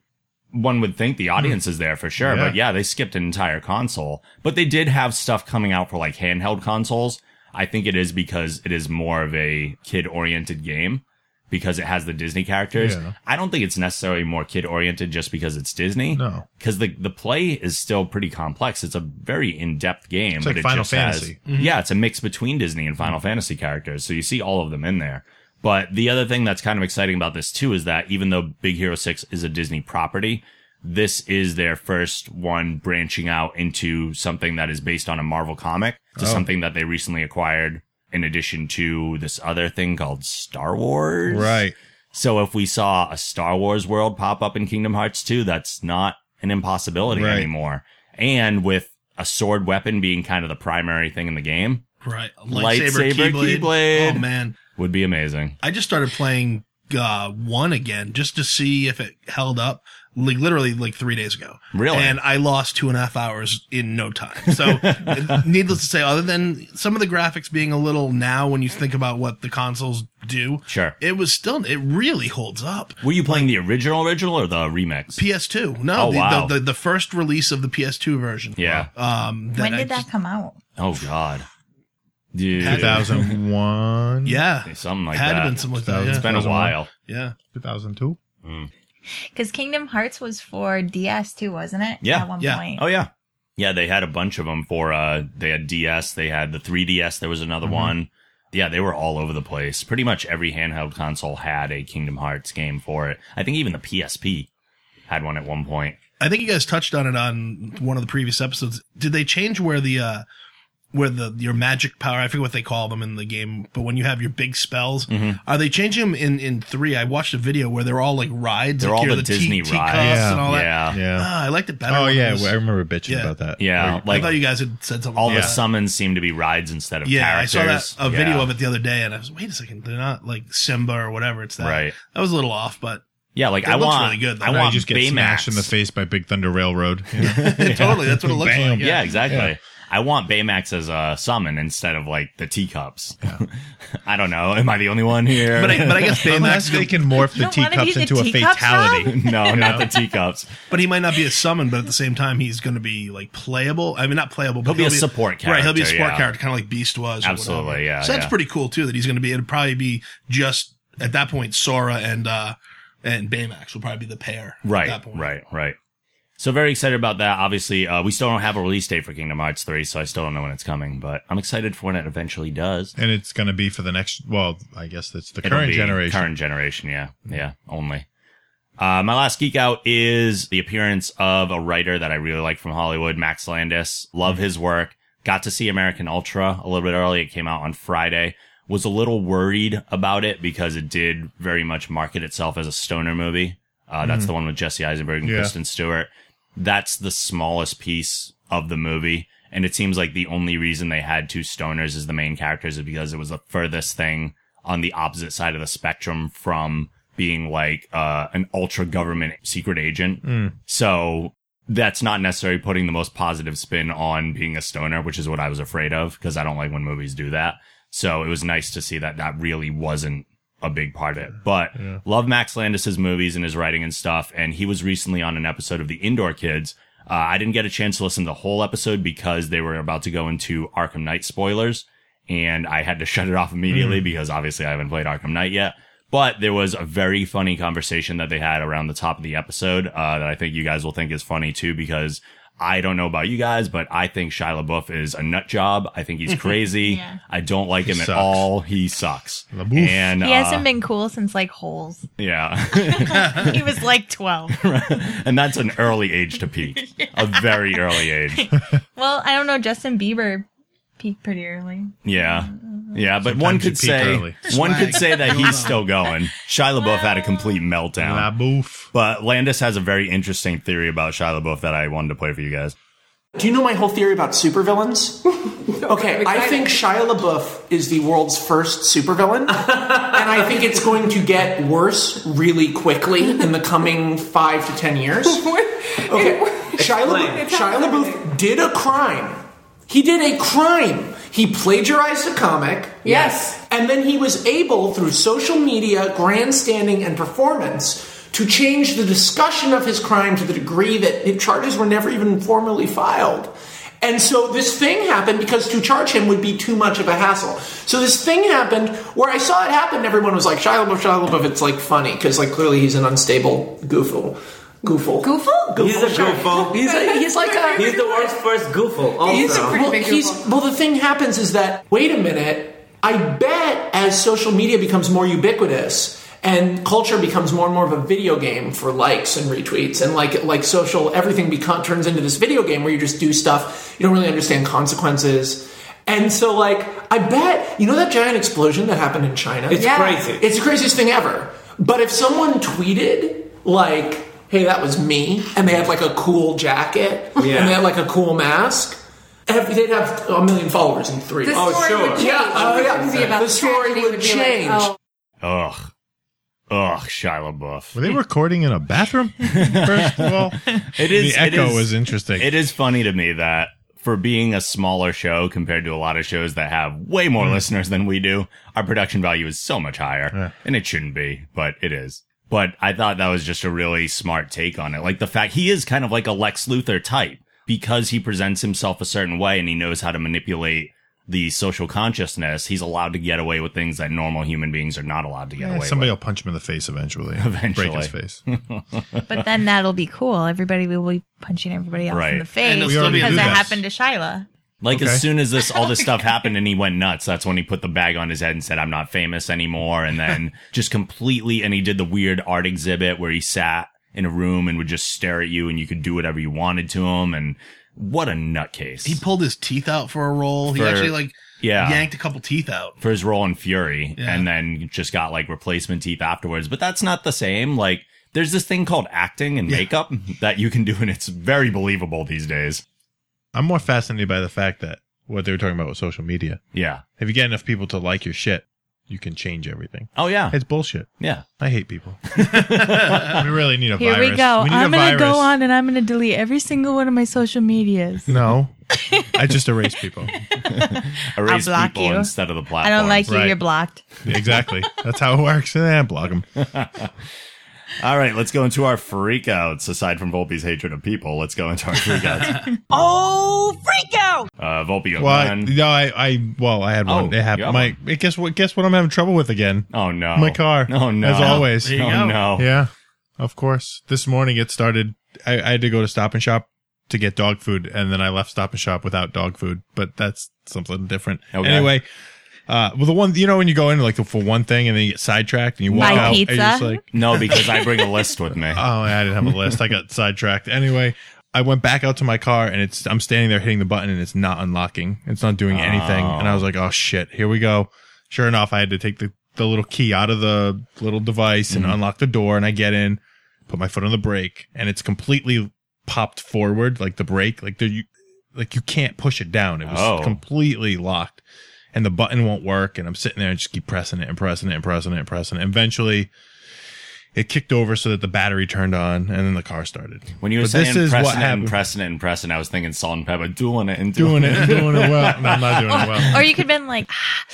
Speaker 1: One would think the audience is there for sure, but yeah, they skipped an entire console. But they did have stuff coming out for like handheld consoles. I think it is because it is more of a kid oriented game because it has the Disney characters.
Speaker 3: Yeah.
Speaker 1: I don't think it's necessarily more kid oriented just because it's Disney.
Speaker 3: No.
Speaker 1: Because the, the play is still pretty complex. It's a very in depth game.
Speaker 3: It's like
Speaker 1: but it
Speaker 3: Final
Speaker 1: just has-
Speaker 3: Fantasy.
Speaker 1: yeah, it's a mix between Disney and Final Fantasy characters. So you see all of them in there. But the other thing that's kind of exciting about this too is that even though Big Hero 6 is a Disney property, this is their first one branching out into something that is based on a Marvel comic to something that they recently acquired in addition to this other thing called Star Wars. *laughs*
Speaker 3: Right.
Speaker 1: So if we saw a Star Wars world pop up in Kingdom Hearts 2, that's not an impossibility
Speaker 3: Right.
Speaker 1: anymore. And with a sword weapon being kind of the primary thing in the game,
Speaker 2: Right.
Speaker 1: Lightsaber, Keyblade.
Speaker 2: Oh man.
Speaker 1: would be amazing.
Speaker 2: I just started playing uh, one again just to see if it held up. Like literally, like three days ago.
Speaker 1: Really?
Speaker 2: and I lost two and a half hours in no time.
Speaker 1: *laughs*
Speaker 2: So, needless to say, other than some of the graphics being a little now, when you think about what the consoles do,
Speaker 1: Sure.
Speaker 2: it was still it really holds up.
Speaker 1: Were you playing the original original or the remix?
Speaker 2: PS2, no,
Speaker 1: Oh,
Speaker 2: the,
Speaker 1: wow.
Speaker 2: the, the the first release of the PS2 version.
Speaker 1: yeah.
Speaker 2: Um,
Speaker 4: When
Speaker 2: I
Speaker 4: did that
Speaker 2: just-
Speaker 4: come out?
Speaker 1: oh God. Dude.
Speaker 2: Had-
Speaker 3: 2001?
Speaker 2: Yeah,
Speaker 1: Something like
Speaker 2: had to
Speaker 1: that.
Speaker 2: been something like
Speaker 3: That
Speaker 2: that.
Speaker 3: was
Speaker 2: Yeah.
Speaker 1: it's been a
Speaker 3: 2001.
Speaker 1: while.
Speaker 2: yeah.
Speaker 3: 2002?
Speaker 4: Because Kingdom Hearts was for DS too, wasn't it?
Speaker 1: Yeah,
Speaker 4: At one
Speaker 2: yeah.
Speaker 4: point.
Speaker 1: Oh yeah. Yeah, they had a bunch of them for uh they had DS, they had the 3DS, there was another
Speaker 2: Mm-hmm.
Speaker 1: one. Yeah, they were all over the place. Pretty much every handheld console had a Kingdom Hearts game for it. I think even the PSP had one at one point.
Speaker 2: I think you guys touched on it on one of the previous episodes. Did they change where the uh where the your magic power? I forget what they call them in the game, but when you have your big spells,
Speaker 1: Mm-hmm.
Speaker 2: are they changing them in in three? I watched a video where they're all like rides.
Speaker 1: They're
Speaker 2: like
Speaker 1: all
Speaker 2: you're
Speaker 1: the Disney rides.
Speaker 2: tea- teacups
Speaker 3: Yeah.
Speaker 2: and all Oh, that.
Speaker 1: yeah.
Speaker 3: Yeah.
Speaker 2: Ah, I liked it better.
Speaker 3: oh,
Speaker 2: when it
Speaker 3: yeah.
Speaker 2: was-
Speaker 3: I remember bitching
Speaker 2: yeah.
Speaker 3: about that.
Speaker 1: Yeah,
Speaker 3: Or-
Speaker 1: like-
Speaker 2: I thought you guys had said something.
Speaker 1: All
Speaker 2: like
Speaker 1: the
Speaker 2: that.
Speaker 1: summons seem to be rides instead of
Speaker 2: Yeah,
Speaker 1: characters.
Speaker 2: I saw that a
Speaker 1: Yeah.
Speaker 2: video of it the other day, and I was wait a second, they're not like Simba or whatever. It's that.
Speaker 1: Right.
Speaker 2: That was a little off, but *laughs*
Speaker 1: Yeah, like
Speaker 2: It
Speaker 1: I
Speaker 2: looks
Speaker 1: want
Speaker 2: really good, though.
Speaker 1: I
Speaker 2: No,
Speaker 3: I
Speaker 1: want
Speaker 3: just get
Speaker 1: Baymax.
Speaker 3: smashed in the face by Big
Speaker 1: *laughs*
Speaker 3: Thunder Railroad. *laughs*
Speaker 2: totally, that's what it looks
Speaker 3: Bam.
Speaker 2: like.
Speaker 1: Yeah,
Speaker 2: Yeah.
Speaker 1: exactly. I want Baymax as a summon instead of like the teacups. *laughs* I don't know. Am I the only one here?
Speaker 2: But I, but I guess Baymax.
Speaker 3: Unless they can morph the
Speaker 4: don't wanna be
Speaker 3: teacups
Speaker 4: the
Speaker 3: into a
Speaker 4: teacup
Speaker 3: fatality.
Speaker 1: *laughs* no, not the teacups.
Speaker 2: But he might not be a summon, but at the same time, he's going to be like playable. I mean, not playable. But
Speaker 1: He'll be a support
Speaker 2: Right, he'll be
Speaker 1: character,
Speaker 2: a support
Speaker 1: yeah.
Speaker 2: character, kind of like Beast was. or
Speaker 1: Absolutely,
Speaker 2: whatever.
Speaker 1: yeah,
Speaker 2: So that's
Speaker 1: yeah.
Speaker 2: pretty cool too. That he's going to be. It'll probably be just at that point, Sora and uh and Baymax will probably be the pair.
Speaker 1: Right,
Speaker 2: At that point.
Speaker 1: right, right. So very excited about that. Obviously, uh, we still don't have a release date for Kingdom Hearts 3, so I still don't know when it's coming, but I'm excited for when it eventually does.
Speaker 3: And it's going to be for the next, well, I guess it's the
Speaker 1: It'll
Speaker 3: current
Speaker 1: be
Speaker 3: generation.
Speaker 1: Current generation, yeah. Yeah, only. Uh, my last geek out is the appearance of a writer that I really like from Hollywood, Max Landis. Love his work. Got to see American Ultra a little bit early. It came out on Friday. Was a little worried about it because it did very much market itself as a stoner movie. Uh, that's the one with Jesse Eisenberg and
Speaker 3: Mm-hmm. Yeah.
Speaker 1: Kristen Stewart. That's the smallest piece of the movie. And it seems like the only reason they had two stoners as the main characters is because it was the furthest thing on the opposite side of the spectrum from being like uh, an ultra government secret agent. So that's not necessarily putting the most positive spin on being a stoner, which is what I was afraid of because I don't like when movies do that. So it was nice to see that that really wasn't a big part of it. But love Max Landis's movies and his writing and stuff. And he was recently on an episode of The Indoor Kids Uh, I didn't get a chance to listen to the whole episode because they were about to go into Arkham Knight spoilers, and I had to *laughs* shut it off immediately
Speaker 3: Mm.
Speaker 1: because obviously I haven't played Arkham Knight yet. But there was a very funny conversation that they had around the top of the episode uh, that I think you guys will think is funny too because I don't know about you guys, but I think Shia LaBeouf is a nut job. I think
Speaker 3: *laughs*
Speaker 1: he's crazy.
Speaker 4: Yeah.
Speaker 1: I don't like him at
Speaker 3: sucks.
Speaker 1: all. He sucks.
Speaker 3: LaBeouf.
Speaker 1: And
Speaker 4: He
Speaker 1: uh,
Speaker 4: hasn't been cool since like holes.
Speaker 1: yeah. *laughs*
Speaker 4: he was like 12.
Speaker 1: and that's an early age to peak,
Speaker 4: *laughs*
Speaker 1: a very early age.
Speaker 4: well, I don't know. Justin Bieber peaked pretty early.
Speaker 1: Yeah, yeah. But one
Speaker 3: Sometimes you
Speaker 1: could
Speaker 3: peak
Speaker 1: say
Speaker 3: early.
Speaker 1: one could
Speaker 2: Swag.
Speaker 1: say that he's
Speaker 4: *laughs*
Speaker 1: still going. Shia LaBeouf had a complete
Speaker 3: La
Speaker 1: meltdown.
Speaker 3: boof.
Speaker 1: But Landis has a very interesting theory about Shia LaBeouf that I wanted to play for you guys.
Speaker 6: Do you know my whole theory about supervillains? Okay, I think Shia LaBeouf is the world's first supervillain, and I think it's going to get worse really quickly in the coming five to ten years. Okay, Shia LaBeouf, Shia LaBeouf did a crime. He did a crime. He plagiarized a comic.
Speaker 7: Yes.
Speaker 6: And then he was able, through social media, grandstanding, and performance, to change the discussion of his crime to the degree that the charges were never even formally filed. And so this thing happened because to charge him would be too much of a hassle. So this thing hhappened where I saw it happen. Everyone was like, Shia LaBeouf, Shia LaBeouf. It's like funny because like clearly he's an unstable goofle. Goofle.
Speaker 7: Goofle?
Speaker 6: Goofle,
Speaker 8: He's a
Speaker 6: sure. *laughs*
Speaker 8: goofle.
Speaker 6: He's, a, he's like a
Speaker 8: He's the world's first goofle. Also,
Speaker 7: He's a pretty
Speaker 6: well,
Speaker 7: big
Speaker 6: he's-
Speaker 7: goofle.
Speaker 6: well, the thing happens is that wait a minute. I bet as social media becomes more ubiquitous and culture becomes more and more of a video game for likes and retweets and like like social everything become, turns into this video game where you just do stuff you don't really understand consequences. And so like I bet you know that giant explosion that happened in China.
Speaker 8: it's
Speaker 7: Yeah.
Speaker 8: crazy.
Speaker 6: It's the craziest thing ever. But if someone tweeted like, "Hey, that was me," and they had like a cool jacket
Speaker 8: Yeah.
Speaker 6: and they had like a cool mask, ev- they'd have a million followers in three.
Speaker 7: The
Speaker 6: Oh,
Speaker 7: story
Speaker 8: sure.
Speaker 7: would change.
Speaker 6: Yeah, oh,
Speaker 7: It
Speaker 6: yeah.
Speaker 7: wouldn't be about
Speaker 6: The story
Speaker 7: tragedy, it
Speaker 6: would
Speaker 7: be like,
Speaker 6: change.
Speaker 7: oh,
Speaker 1: Ugh, ugh, Shia LaBeouf.
Speaker 3: Were they recording in a bathroom? First
Speaker 4: *laughs*
Speaker 3: of all,
Speaker 1: It is.
Speaker 3: the echo
Speaker 1: it is,
Speaker 3: was interesting.
Speaker 1: It is funny to me that for being a smaller show compared to a lot of shows that have way more
Speaker 3: Hmm.
Speaker 1: listeners than we do, our production value is so much higher. And it shouldn't be, but it is. But I thought that was just a really smart take on it. Like the fact he is kind of like a Lex Luthor type because he presents himself a certain way and he knows how to manipulate the social consciousness. He's allowed to get away with things that normal human beings are not allowed to get
Speaker 3: Yeah,
Speaker 1: away
Speaker 3: somebody will punch him in the face eventually.
Speaker 1: Eventually.
Speaker 3: Break his face. *laughs*
Speaker 4: But then that'll be cool. Everybody will be punching everybody else
Speaker 1: Right.
Speaker 4: in the face
Speaker 2: And they'll
Speaker 4: because
Speaker 3: We
Speaker 4: that
Speaker 3: already do this.
Speaker 4: happened to Shyla.
Speaker 1: Like
Speaker 3: Okay.
Speaker 1: as soon as this
Speaker 4: *laughs*
Speaker 1: all this stuff happened and he went nuts, that's when he put the bag on his head and said, "I'm not famous anymore." And then
Speaker 4: *laughs*
Speaker 1: just completely, and he did the weird art exhibit where he sat in a room and would just stare at you, and you could do whatever you wanted to him. And what a nutcase!
Speaker 2: He pulled his teeth out for a roll. he
Speaker 1: For-
Speaker 2: actually like
Speaker 1: yeah.
Speaker 2: yanked a couple teeth out.
Speaker 1: for his role in Fury
Speaker 2: Yeah.
Speaker 1: and then just got like replacement teeth afterwards. But that's not the same. Like there's this thing called acting and makeup
Speaker 4: *laughs*
Speaker 1: that you can do, and it's very believable these days.
Speaker 3: I'm more fascinated by the fact that what they were talking about with social media.
Speaker 1: Yeah.
Speaker 3: If you get enough people to like your shit, you can change everything.
Speaker 1: Oh yeah.
Speaker 3: It's bullshit.
Speaker 1: yeah.
Speaker 3: I
Speaker 1: *laughs*
Speaker 3: hate people. we really need a
Speaker 4: Here
Speaker 3: virus.
Speaker 4: we go.
Speaker 3: need
Speaker 4: I'm
Speaker 3: a
Speaker 4: gonna
Speaker 3: virus.
Speaker 4: go on and I'm gonna delete every single one of my social
Speaker 3: *laughs*
Speaker 4: medias.
Speaker 3: No,
Speaker 4: *laughs*
Speaker 3: I just erase people.
Speaker 1: Erase
Speaker 4: block
Speaker 1: people
Speaker 4: you.
Speaker 1: instead of the platform.
Speaker 4: I don't like you.
Speaker 3: Right.
Speaker 4: You're blocked.
Speaker 3: Exactly. That's how it works. And then block them.
Speaker 1: All right, let's go into our freakouts. Aside from Volpe's hatred of people, let's go into our
Speaker 3: *laughs*
Speaker 1: freakouts.
Speaker 9: Oh, freak out!
Speaker 1: Uh, Volpe, you got
Speaker 3: Well, I,
Speaker 1: one?
Speaker 3: no, I, I, well, I had
Speaker 1: Oh,
Speaker 3: one. It
Speaker 1: you got
Speaker 3: happened. My, guess what? Guess what? I'm having trouble with again.
Speaker 1: oh no,
Speaker 3: My car.
Speaker 1: Oh no,
Speaker 3: As always.
Speaker 1: Oh
Speaker 2: There you go.
Speaker 1: no,
Speaker 3: Yeah, of course. This morning it started. I, I had to go to Stop and Shop to get dog food, and then I left Stop and Shop without dog food. But that's something different.
Speaker 1: Okay.
Speaker 3: Anyway, uh, well, the one you know when you go in like for one thing and then you get sidetracked and you walk
Speaker 4: My
Speaker 3: out, and
Speaker 4: pizza?
Speaker 3: you're just like,
Speaker 1: no, because I bring a list with
Speaker 3: *laughs*
Speaker 1: me.
Speaker 3: oh, I didn't have a list. I got sidetracked. Anyway. I went back out to my car and it's I'm standing there hitting the button and it's not unlocking. It's not doing anything. And I was like, oh shit, here we go. Sure enough, I had to take the, the little key out of the little device and unlock the door and I get in put my foot on the brake and it's completely popped forward like the brake like there you like you can't push it down it was
Speaker 1: Oh.
Speaker 3: completely locked and the button won't work and i'm sitting there and just keep pressing it and pressing it and pressing it and pressing it eventually it kicked over so that the battery turned on and then the car started
Speaker 1: When you were
Speaker 3: But
Speaker 1: saying
Speaker 3: this is
Speaker 1: pressing
Speaker 3: what
Speaker 1: it and
Speaker 3: happened
Speaker 1: pressing it and pressing, I was thinking salt and pepper, doing it and doing,
Speaker 3: doing it doing it well no, i'm not doing
Speaker 1: *laughs*
Speaker 3: it well
Speaker 4: Or you could have been like, *sighs* ah,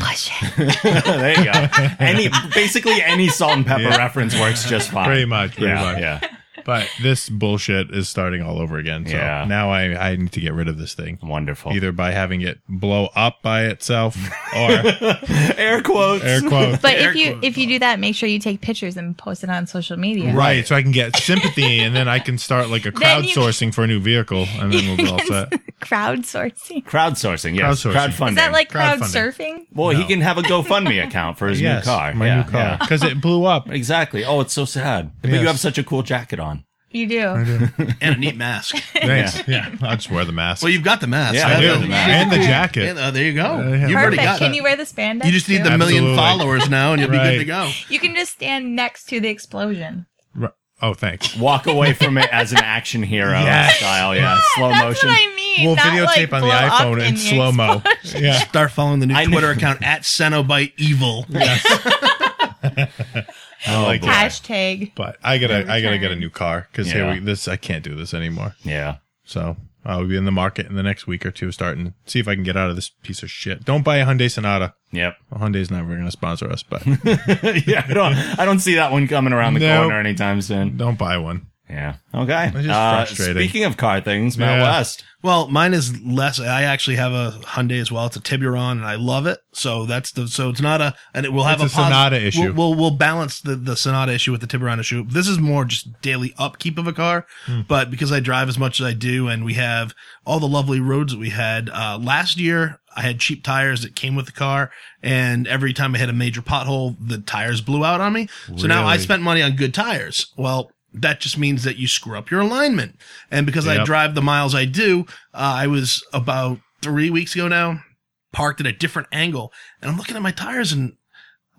Speaker 4: push
Speaker 3: *laughs*
Speaker 4: it.
Speaker 1: it. *laughs* there you go. Any basically any salt and pepper
Speaker 3: Yeah.
Speaker 1: reference works just fine.
Speaker 3: Pretty much, pretty
Speaker 1: yeah,
Speaker 3: much.
Speaker 1: yeah.
Speaker 3: But this bullshit is starting all over again. So
Speaker 1: Yeah.
Speaker 3: now I, I need to get rid of this thing.
Speaker 1: Wonderful.
Speaker 3: Either by having it blow up
Speaker 1: *laughs*
Speaker 3: by itself or
Speaker 1: air quotes.
Speaker 3: air quotes.
Speaker 4: But
Speaker 2: Air
Speaker 4: if you
Speaker 2: quotes.
Speaker 4: if you do that, make sure you take pictures and post it on social media.
Speaker 3: Right, so I can get sympathy, and then I can start like
Speaker 4: *laughs*
Speaker 3: a
Speaker 4: Then you-
Speaker 3: crowdsourcing for a new vehicle, and then we'll be all set.
Speaker 4: Crowdsourcing.
Speaker 1: Crowdsourcing. Yes.
Speaker 3: Crowdsourcing.
Speaker 1: Crowdfunding.
Speaker 4: Is that like crowd
Speaker 3: Crowdfunding.
Speaker 4: surfing?
Speaker 1: Well, he can have a GoFundMe account for his
Speaker 3: Yes,
Speaker 1: new car.
Speaker 3: my
Speaker 1: Yeah,
Speaker 3: new car,
Speaker 1: yeah.
Speaker 3: because it blew
Speaker 1: *laughs*
Speaker 3: up.
Speaker 1: Exactly. Oh, it's so sad. But
Speaker 3: Yes.
Speaker 1: you have such a cool jacket on.
Speaker 4: You do.
Speaker 2: and a neat mask.
Speaker 3: Thanks. Yeah, I just wear the mask.
Speaker 2: Well, you've got the mask.
Speaker 1: Yeah,
Speaker 3: I
Speaker 1: I
Speaker 3: do,
Speaker 1: got the mask.
Speaker 3: and the
Speaker 1: *laughs*
Speaker 3: jacket.
Speaker 2: Yeah, uh, there you go.
Speaker 3: Yeah.
Speaker 2: You've already
Speaker 4: Perfect.
Speaker 2: got
Speaker 4: Can
Speaker 2: it.
Speaker 4: you wear the spandex?
Speaker 2: You just need
Speaker 4: too?
Speaker 2: the million
Speaker 3: Absolutely.
Speaker 2: followers now, and you'll be
Speaker 3: Right.
Speaker 2: good to go.
Speaker 4: You can just stand next to the explosion.
Speaker 3: Ri- Oh, thanks.
Speaker 1: Walk away from it as an action hero
Speaker 3: *laughs* Yes.
Speaker 1: style. Yeah. Slow
Speaker 4: That's
Speaker 1: motion.
Speaker 4: what I mean.
Speaker 3: We'll
Speaker 4: not
Speaker 3: videotape
Speaker 4: like
Speaker 3: on the
Speaker 4: blow up
Speaker 3: iPhone in
Speaker 4: you
Speaker 3: slow mo.
Speaker 4: explode. *laughs*
Speaker 3: Yeah.
Speaker 2: Start following the new
Speaker 1: I know.
Speaker 2: Twitter account at Cenobite
Speaker 1: *laughs*
Speaker 2: Evil.
Speaker 1: oh,
Speaker 3: like
Speaker 1: boy.
Speaker 4: Hashtag.
Speaker 3: But I gotta, I gotta
Speaker 4: time.
Speaker 3: get a new car because
Speaker 1: Yeah.
Speaker 3: here we this I can't do this anymore.
Speaker 1: Yeah.
Speaker 3: So I'll be in the market in the next week or two, starting see if I can get out of this piece of shit. Don't buy a Hyundai Sonata.
Speaker 1: Yep. *laughs*
Speaker 3: Well, Hyundai's never gonna sponsor us, but
Speaker 1: yeah. I don't, I don't see that one coming around the
Speaker 3: Nope.
Speaker 1: corner anytime soon.
Speaker 3: don't buy one.
Speaker 1: Yeah. Okay.
Speaker 3: just
Speaker 1: Uh,
Speaker 3: frustrating.
Speaker 1: speaking of car things, Matt
Speaker 3: Yeah.
Speaker 1: West.
Speaker 2: Well, mine is less. I actually have a Hyundai as well. It's a Tiburon, and I love it. So that's the. So it's not a. And it will have
Speaker 3: It's a
Speaker 2: posi-
Speaker 3: Sonata issue.
Speaker 2: We'll, we'll we'll balance the the Sonata issue with the Tiburon issue. This is more just daily upkeep of a car.
Speaker 3: Hmm.
Speaker 2: But because I drive as much as I do, and we have all the lovely roads that we had uh, last year. I had cheap tires that came with the car, and every time I hit a major pothole, the tires blew out on me. So now I
Speaker 3: Really?
Speaker 2: spent money on good tires. Well, that just means that you screw up your alignment. And because I
Speaker 3: Yep.
Speaker 2: drive the miles I do, uh, I was about three weeks ago now parked at a different angle and I'm looking at my tires and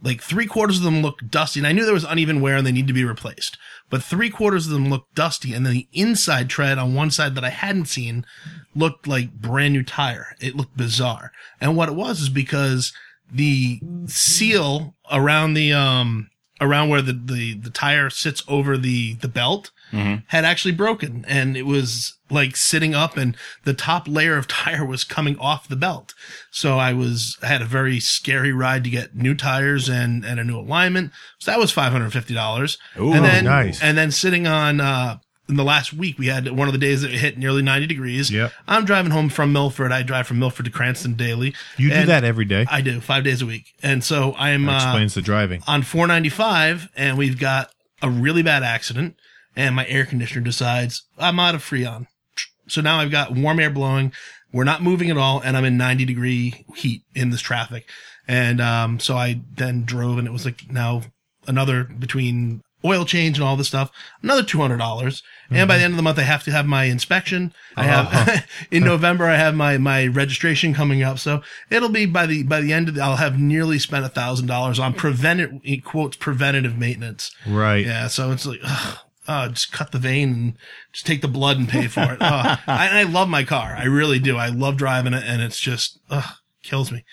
Speaker 2: like three quarters of them look dusty. And I knew there was uneven wear and they need to be replaced, but three quarters of them looked dusty. And then the inside tread on one side that I hadn't seen looked like brand new tire. It looked bizarre. And what it was is because the seal around the, um, around where the, the, the tire sits over the, the belt had actually broken and it was like sitting up and the top layer of *laughs* tire was coming off the belt. So I was, I had a very scary ride to get new tires and, and a new alignment. So that was $550.
Speaker 1: Ooh,
Speaker 2: and then,
Speaker 3: nice.
Speaker 2: and then sitting on, uh, in the last week, we had one of the days that it hit nearly 90 degrees.
Speaker 3: Yep.
Speaker 2: I'm driving home from Milford. I drive from Milford to Cranston daily.
Speaker 3: You do
Speaker 2: And
Speaker 3: that every day.
Speaker 2: I do five days a week. And so I'm,
Speaker 3: That
Speaker 2: uh,
Speaker 3: explains the driving.
Speaker 2: on 495 and we've got a really bad accident and my air conditioner decides I'm out of Freon. So now I've got warm air blowing. We're not moving at all and I'm in 90 degree heat in this traffic. And, um, so I then drove and it was like now another between oil change and all this stuff, another $200. dollars And by the end of the month, I have to have my inspection. I have *laughs* in November, I have my, my registration coming up. So it'll be by the, by the end of the, I'll have nearly spent a thousand dollars on preventive, in quotes, preventative maintenance.
Speaker 3: Right.
Speaker 2: Yeah. So it's like, ugh, uh, just cut the vein and just take the blood and pay for it. Uh, I, and I love my car. I really do. I love driving it and it's just, ugh, kills me.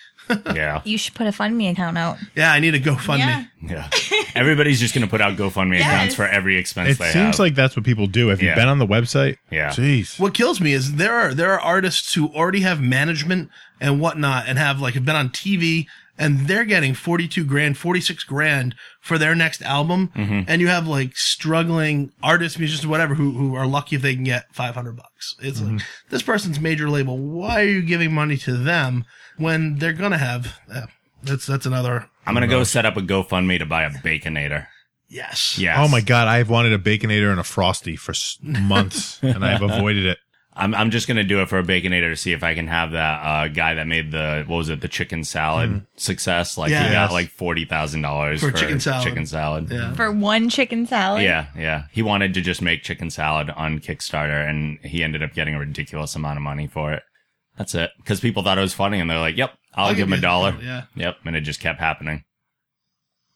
Speaker 1: Yeah.
Speaker 4: You should put a FundMe account out.
Speaker 2: Yeah. I need a GoFundMe.
Speaker 4: Yeah.
Speaker 1: Yeah. Everybody's just going to put out GoFundMe accounts for every expense
Speaker 3: It
Speaker 1: they
Speaker 3: seems
Speaker 1: have.
Speaker 3: like that's what people do. Have
Speaker 1: Yeah.
Speaker 3: you been on the website?
Speaker 1: Yeah.
Speaker 3: Jeez.
Speaker 2: What kills me is there are there are artists who already have management and whatnot and have like have been on TV and they're getting forty two grand, forty six grand for their next album, and you have like struggling artists, musicians, whatever, who who are lucky if they can get five hundred bucks. It's like this person's major label. Why are you giving money to them when they're gonna have? Uh, that's that's another
Speaker 1: I'm going to go set up a GoFundMe to buy a Baconator.
Speaker 2: yes.
Speaker 1: Yes.
Speaker 3: Oh my god, I've wanted a baconator and a frosty for s- months,
Speaker 1: *laughs*
Speaker 3: and I've avoided it.
Speaker 1: I'm, I'm just gonna do it for a baconator to see if I can have that uh, guy that made the what was it the chicken salad success like he
Speaker 2: Yeah.
Speaker 1: got
Speaker 2: Hmm. Yes.
Speaker 1: like forty thousand dollars
Speaker 2: For chicken salad.
Speaker 1: chicken salad
Speaker 2: Yeah.
Speaker 4: For one chicken salad.
Speaker 1: yeah yeah he wanted to just make chicken salad on Kickstarter and he ended up getting a ridiculous amount of money for it that's it because people thought it was funny and they're like yep I'll, give him a
Speaker 2: you-
Speaker 1: dollar
Speaker 2: Yeah.
Speaker 1: Yep, and it just kept happening.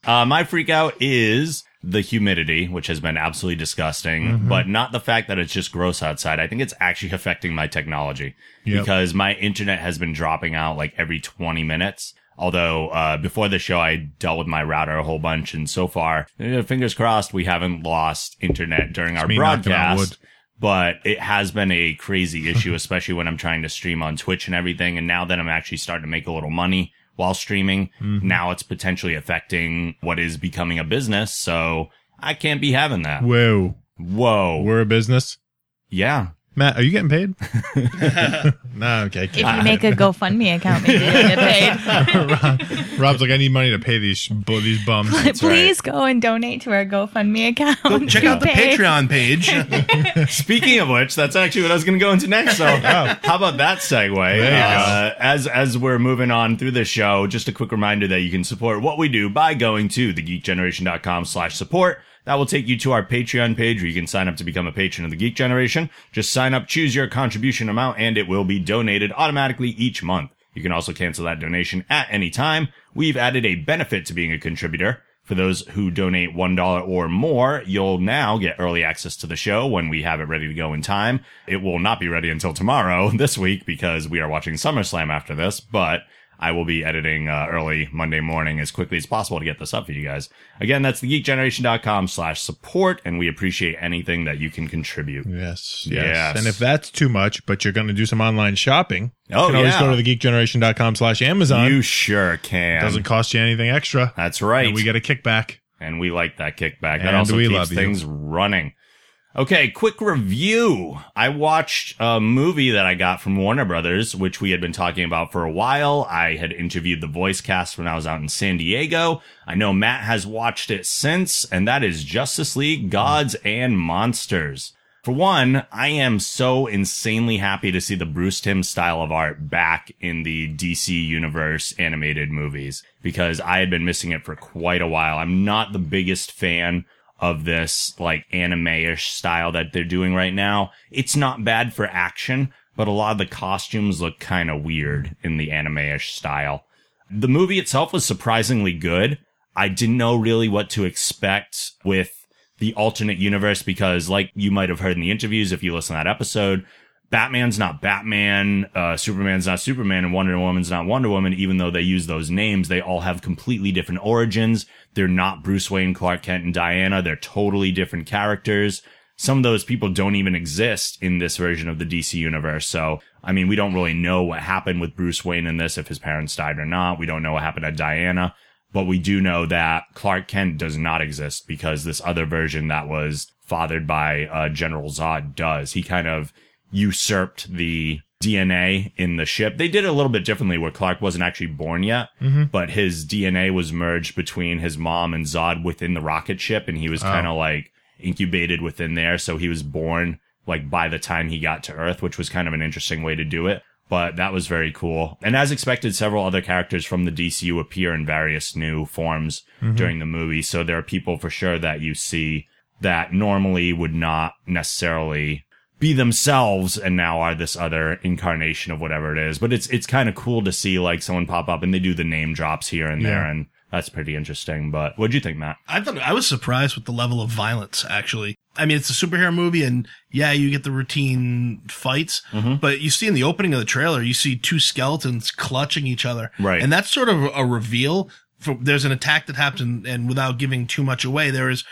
Speaker 1: Uh, my freak out is the humidity, which has been absolutely disgusting,
Speaker 3: Mm-hmm.
Speaker 1: but not the fact that it's just gross outside. I think it's actually affecting my technology
Speaker 3: Yep.
Speaker 1: because my internet has been dropping out like every 20 minutes. Although, uh, before the show, I dealt with my router a whole bunch. And so far, eh, fingers crossed, we haven't lost internet during our
Speaker 3: me knocking on wood.
Speaker 1: broadcast but it has been a crazy issue, *laughs* especially when I'm trying to stream on Twitch and everything. And now that I'm actually starting to make a little money while streaming, now it's potentially affecting what is becoming a business. So I can't be having that.
Speaker 3: Whoa.
Speaker 1: Whoa.
Speaker 3: We're a business.
Speaker 1: yeah.
Speaker 3: Matt, are you getting
Speaker 1: *laughs*
Speaker 3: paid? *laughs* no, okay. I
Speaker 4: If
Speaker 3: can't.
Speaker 4: you make a GoFundMe account, maybe you'll get paid.
Speaker 3: Rob's like, I need money to pay these bu- these bums.
Speaker 4: Please go and donate to our GoFundMe account.
Speaker 2: Go check
Speaker 4: to *laughs*
Speaker 2: out the
Speaker 4: pay.
Speaker 2: Patreon page.
Speaker 1: Speaking of which, that's actually what I was going to go into next. So, how about that segue?
Speaker 3: you
Speaker 1: Uh, as as we're moving on through this show, just a quick reminder that you can support what we do by going to thegeekgeneration.com slash support. That will take you to our Patreon page where you can sign up to become a patron of the Geek Generation. Just sign up, choose your contribution amount, and it will be donated automatically each month. You can also cancel that donation at any time. We've added a benefit to being a contributor. For those who donate $1 or more, you'll now get early access to the show when we have it ready to go in time. It will not be ready until tomorrow, *laughs* this week, because we are watching SummerSlam after this, but I will be editing uh, early Monday morning as quickly as possible to get this up for you guys. Again, that's thegeekgeneration.com slash support, and we appreciate anything that you can contribute.
Speaker 3: Yes, yes.
Speaker 1: Yes.
Speaker 3: And if that's too much, but you're going to do some online shopping,
Speaker 1: Oh,
Speaker 3: you can always
Speaker 1: yeah.
Speaker 3: go to thegeekgeneration.com slash Amazon.
Speaker 1: You sure can.
Speaker 3: doesn't cost you anything extra.
Speaker 1: that's right.
Speaker 3: And we get a kickback.
Speaker 1: and we like that kickback. That
Speaker 3: And
Speaker 1: also
Speaker 3: we
Speaker 1: keeps
Speaker 3: love you.
Speaker 1: things running. Okay, quick review. I watched a movie that I got from Warner Brothers, which we had been talking about for a while. I had interviewed the voice cast when I was out in San Diego. I know Matt has watched it since, and that is Justice League Gods and Monsters. For one, I am so insanely happy to see the Bruce Timm style of art back in the DC Universe animated movies because I had been missing it for quite a while. I'm not the biggest fan of this like anime-ish style that they're doing right now. It's not bad for action, but a lot of the costumes look kind of weird in the anime-ish style. The movie itself was surprisingly good. I didn't know really what to expect with the alternate universe because like you might have heard in the interviews if you listen to that episode batman's not batman uh, superman's not superman and wonder woman's not wonder woman even though they use those names they all have completely different origins they're not bruce wayne clark kent and diana they're totally different characters some of those people don't even exist in this version of the DC universe. So, I mean, we don't really know what happened with Bruce Wayne in this, if his parents died or not. We don't know what happened to Diana, but we do know that Clark Kent does not exist because this other version that was fathered by uh, General Zod does. He kind of usurped the DNA in the ship. They did it a little bit differently where Clark wasn't actually born yet, but his DNA was merged between his mom and Zod within the rocket ship. And he was kind of like, incubated within there. So he was born like by the time he got to Earth, which was kind of an interesting way to do it. But that was very cool. And as expected, several other characters from the DCU appear in various new forms
Speaker 2: Mm-hmm.
Speaker 1: during the movie. So there are people for sure that you see that normally would not necessarily be themselves and now are this other incarnation of whatever it is. But it's it's kind of cool to see like someone pop up and they do the name drops here and there and that's pretty interesting. But what'd you think, Matt?
Speaker 2: I thought I was surprised with the level of violence. Actually, I mean, it's a superhero movie, and yeah, you get the routine fights, but you see in the opening of the trailer, you see two skeletons clutching each other,
Speaker 1: Right.
Speaker 2: And that's sort of a reveal. For, there's an attack that happened, and without giving too much away, there is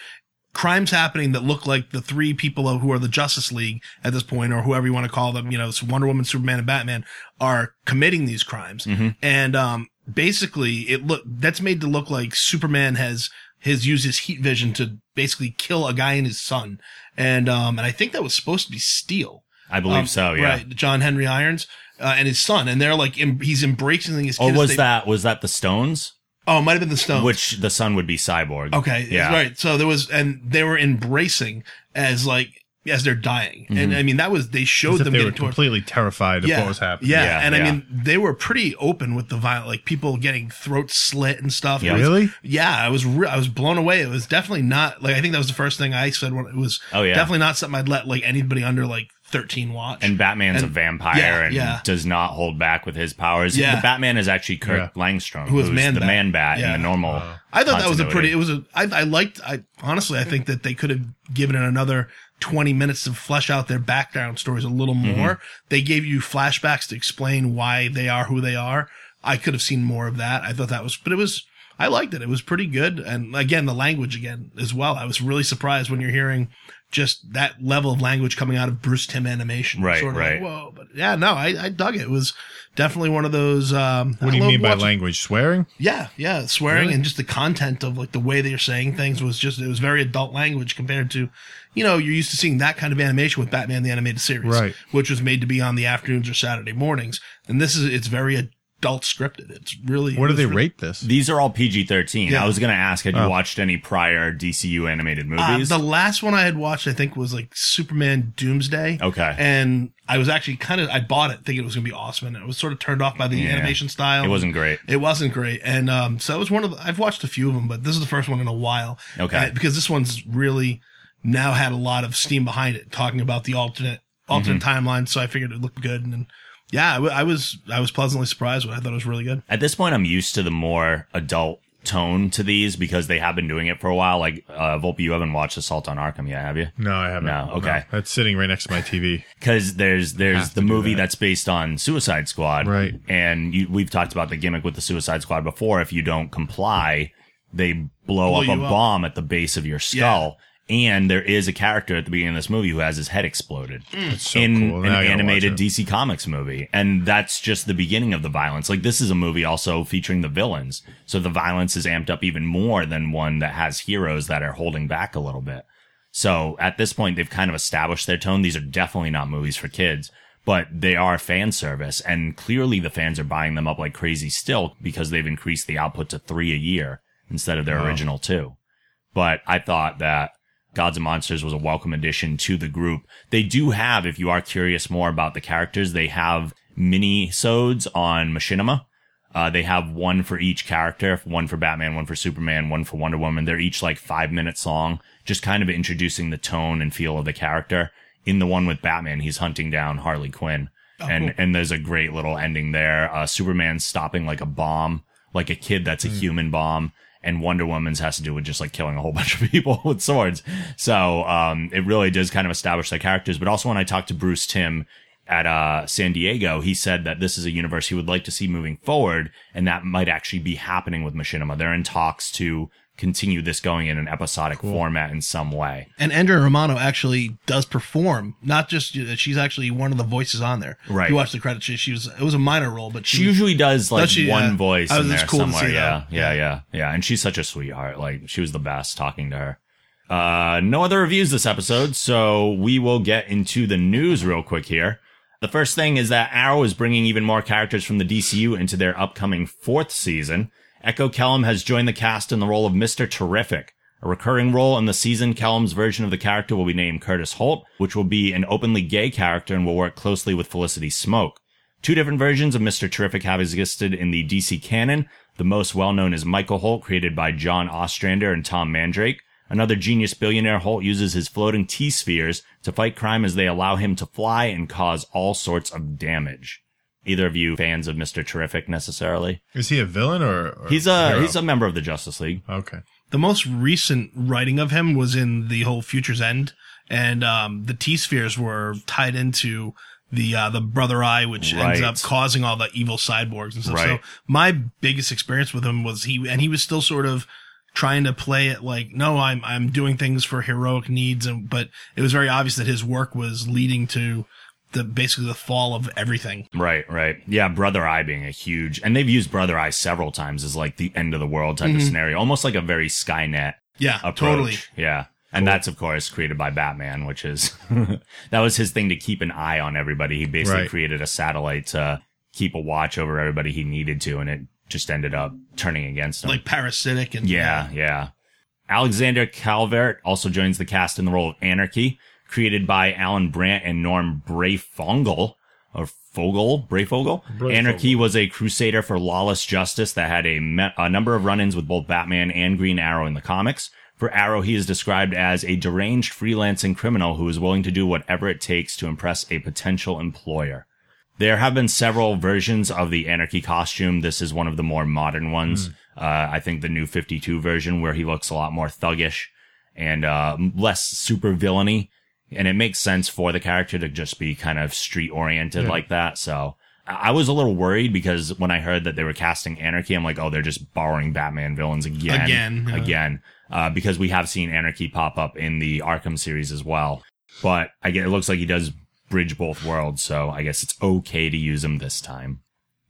Speaker 2: crimes happening that look like the three people who are the Justice League at this point, or whoever you want to call them, you know, it's Wonder Woman, Superman, and Batman are committing these crimes.
Speaker 1: Mm-hmm.
Speaker 2: And, um, basically it look, that's made to look like Superman has, has used his heat vision to basically kill a guy and his son. And, um, and I think that was supposed to be Steel.
Speaker 1: I believe
Speaker 2: Um,
Speaker 1: so, Oh, yeah.
Speaker 2: Right. John Henry Irons. Uh, and his son, and they're like, em- he's embracing his kid.
Speaker 1: Or
Speaker 2: as
Speaker 1: Oh, was
Speaker 2: they-
Speaker 1: that was that the Stones?
Speaker 2: Oh, it might have been the Stones.
Speaker 1: Which the son would be Cyborg.
Speaker 2: Okay.
Speaker 1: Yeah.
Speaker 2: Right. So there was, and they were embracing as like, as they're dying.
Speaker 1: Mm-hmm.
Speaker 2: And I mean, that was, they showed
Speaker 3: As if
Speaker 2: them
Speaker 3: they
Speaker 2: getting
Speaker 3: were
Speaker 2: torn-
Speaker 3: completely terrified of
Speaker 2: yeah,
Speaker 3: what was happening.
Speaker 2: Yeah.
Speaker 1: Yeah,
Speaker 2: and
Speaker 1: yeah.
Speaker 2: I mean, they were pretty open with the violent, like people getting throats slit and stuff. It
Speaker 1: Yeah.
Speaker 2: was-
Speaker 3: Really?
Speaker 2: Yeah. I was, re- I was blown away. It was definitely not like, I think that was the first thing I said when it was
Speaker 1: Oh, yeah.
Speaker 2: definitely not something I'd let like anybody under like 13 watch.
Speaker 1: And Batman's
Speaker 2: And-
Speaker 1: a vampire
Speaker 2: yeah,
Speaker 1: and
Speaker 2: yeah.
Speaker 1: does not hold back with his powers.
Speaker 2: Yeah.
Speaker 1: The Batman is actually Kurt
Speaker 3: Yeah. Uh,
Speaker 1: Langstrom,
Speaker 2: Who was
Speaker 1: who's
Speaker 2: Man
Speaker 1: the
Speaker 2: Bat.
Speaker 1: man bat
Speaker 2: Yeah.
Speaker 1: in the normal.
Speaker 2: I thought that was a
Speaker 1: continuity.
Speaker 2: pretty. It was a. I, I liked. I honestly, I think that they could have given it another twenty minutes to flesh out their background stories a little
Speaker 3: Mm-hmm.
Speaker 2: more. They gave you flashbacks to explain why they are who they are. I could have seen more of that. I thought that was, but it was. I liked it. It was pretty good. And again, the language again as well. I was really surprised when you're hearing just that level of language coming out of Bruce Tim animation.
Speaker 1: Right,
Speaker 2: Sort of
Speaker 1: right.
Speaker 2: Like, Whoa, but yeah, no, I, I dug it. It was definitely one of those. Um,
Speaker 3: What do you mean by language? Swearing?
Speaker 2: Yeah, yeah, swearing
Speaker 3: Really?
Speaker 2: and just the content of like the way they're saying things was just it was very adult language compared to, you know, you're used to seeing that kind of animation with Batman the animated series,
Speaker 3: Right.
Speaker 2: Which was made to be on the afternoons or Saturday mornings, and this is it's very adult scripted. It's really
Speaker 3: What do
Speaker 2: it
Speaker 3: they
Speaker 2: was
Speaker 3: rate this?
Speaker 1: These are all PG thirteen.
Speaker 2: Yeah.
Speaker 1: I was gonna ask, had you
Speaker 3: Oh.
Speaker 1: watched any prior DCU animated
Speaker 2: Uh,
Speaker 1: movies?
Speaker 2: the last one I had watched, I think, was like Superman Doomsday.
Speaker 1: Okay.
Speaker 2: And I was actually kind of, I bought it thinking it was going to be awesome. And I was sort of turned off by the animation style.
Speaker 1: It wasn't great.
Speaker 2: It wasn't great. And um, so it was one of the, I've watched a few of them, but this is the first one in a while.
Speaker 1: Okay.
Speaker 2: Uh, because this one's really now had a lot of steam behind it, talking about the alternate, alternate
Speaker 1: Mm-hmm.
Speaker 2: timeline. So I figured it looked good. And yeah, I, w- I was, I was pleasantly surprised with it. I thought it was really good.
Speaker 1: At this point, I'm used to the more adult tone to these because they have been doing it for a while. Like uh, Volpe, you haven't watched Assault on Arkham yet, have you?
Speaker 3: No, I haven't.
Speaker 1: No, okay.
Speaker 3: That's sitting right next to my TV.
Speaker 1: because there's there's
Speaker 3: Have
Speaker 1: the
Speaker 3: to do
Speaker 1: movie
Speaker 3: that.
Speaker 1: that's based on Suicide Squad,
Speaker 3: Right.
Speaker 1: And you, we've talked about the gimmick with the Suicide Squad before. If you don't comply, they blow, up a
Speaker 2: you up.
Speaker 1: bomb at the base of your skull. And there is a character at the beginning of this movie who has his head exploded
Speaker 3: It's so
Speaker 1: in
Speaker 3: cool.
Speaker 1: an
Speaker 3: Now I gotta
Speaker 1: animated
Speaker 3: watch it.
Speaker 1: DC Comics movie, and that's just the beginning of the violence. Like this is a movie also featuring the villains, so the violence is amped up even more than one that has heroes that are holding back a little bit. So at this point, they've kind of established their tone. These are definitely not movies for kids, but they are fan service. And clearly the fans are buying them up like crazy still because they've increased the output to three a year instead of their original two. But I thought that Gods and Monsters was a welcome addition to the group. They do have, if you are curious more about the characters, they have mini sodes on Machinima. Uh, they have one for each character, one for Batman, one for Superman, one for Wonder Woman. They're each like five minutes long, just kind of introducing the tone and feel of the character. In the one with Batman, he's hunting down Harley Quinn. and, and there's a great little ending there. Uh, Superman's stopping like a bomb, like a kid that's a human bomb. And Wonder Woman's has to do with just like killing a whole *laughs* bunch of people with swords. So, um, it really does kind of establish their characters. But also when I talked to Bruce Tim at uh, San Diego, he said that this is a universe he would like to see moving forward, and that might actually be happening with Machinima. They're in talks to continue this going in an episodic format in some way.
Speaker 2: And Andrea Romano actually does perform, not just uh, she's actually one of the voices on there.
Speaker 1: Right.
Speaker 2: If you watch the credits, she, she was it was a minor role, but she,
Speaker 1: She usually does like
Speaker 2: Does she?
Speaker 1: one
Speaker 2: Yeah.
Speaker 1: voice
Speaker 2: I was-
Speaker 1: in
Speaker 2: it's
Speaker 1: there
Speaker 2: cool to
Speaker 1: somewhere.
Speaker 2: see
Speaker 1: Yeah,
Speaker 2: that.
Speaker 1: yeah, yeah, yeah. And she's such a sweetheart. Like she was the best talking to her. Uh, no other reviews this episode, so we will get into the news real quick here. The first thing is that Arrow is bringing even more characters from the DCU into their upcoming fourth season. Echo Kellum has joined the cast in the role of Mr. Terrific. A recurring role in the season, Kellum's version of the character will be named Curtis Holt, which will be an openly gay character and will work closely with Felicity Smoke. Two different versions of Mr. Terrific have existed in the DC canon. The most well known is Michael Holt, created by John Ostrander and Tom Mandrake. Another genius billionaire, Holt uses his floating T spheres to fight crime as they allow him to fly and cause all sorts of damage. Either of you fans of Mr. Terrific necessarily?
Speaker 3: Is he a villain or, or
Speaker 1: He's a
Speaker 3: hero?
Speaker 1: he's a member of the Justice League.
Speaker 3: okay.
Speaker 2: the most recent writing of him was in the whole Future's End, and um, the T spheres were tied into the uh, the Brother Eye, which ends
Speaker 1: Right.
Speaker 2: up causing all the evil cyborgs and stuff.
Speaker 1: Right.
Speaker 2: So my biggest experience with him was he, and he was still sort of trying to play it like, no, I'm I'm doing things for heroic needs, and but it was very obvious that his work was leading to the basically the fall of everything.
Speaker 1: Right, right. Yeah, Brother Eye being a huge, and they've used Brother Eye several times as like the end of the world type of scenario, almost like a very Skynet
Speaker 2: Yeah,
Speaker 1: approach.
Speaker 2: totally.
Speaker 1: Yeah. And that's of course created by Batman, which is *laughs* that was his thing to keep an eye on everybody. He basically
Speaker 3: Right.
Speaker 1: created a satellite to keep a watch over everybody he needed to, and it just ended up turning against him.
Speaker 2: Like parasitic and
Speaker 1: Yeah, yeah. Alexander Calvert also joins the cast in the role of Anarchy, created by Alan Brandt and Norm Brayfogel, or Fogel, Brayfogel. Anarchy was a crusader for lawless justice that had a, me- a number of run-ins with both Batman and Green Arrow in the comics. For Arrow, he is described as a deranged freelancing criminal who is willing to do whatever it takes to impress a potential employer. There have been several versions of the Anarchy costume. This is one of the more modern ones. Uh, I think the new 52 version where he looks a lot more thuggish and uh, less super villainy. And it makes sense for the character to just be kind of street oriented like that. So I was a little worried because when I heard that they were casting Anarchy, I'm like, oh, they're just borrowing Batman villains again,
Speaker 2: Again, yeah.
Speaker 1: again, uh, because we have seen Anarchy pop up in the Arkham series as well. But I get it looks like he does bridge both worlds, so I guess it's okay to use him this time.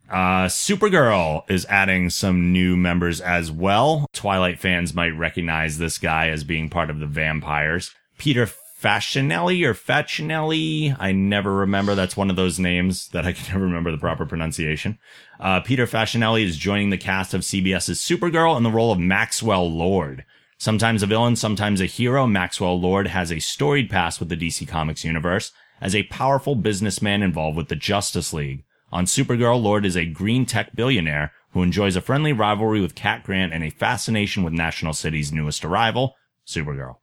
Speaker 1: Uh, Supergirl is adding some new members as well. Twilight fans might recognize this guy as being part of the vampires. Peter Fascinelli or Facinelli. I never remember. That's one of those names that I can never remember the proper pronunciation. Uh, Peter Fascinelli is joining the cast of CBS's Supergirl in the role of Maxwell Lord. Sometimes a villain, sometimes a hero, Maxwell Lord has a storied past with the DC Comics universe as a powerful businessman involved with the Justice League. On Supergirl, Lord is a green tech billionaire who enjoys a friendly rivalry with Cat Grant and a fascination with National City's newest arrival, Supergirl.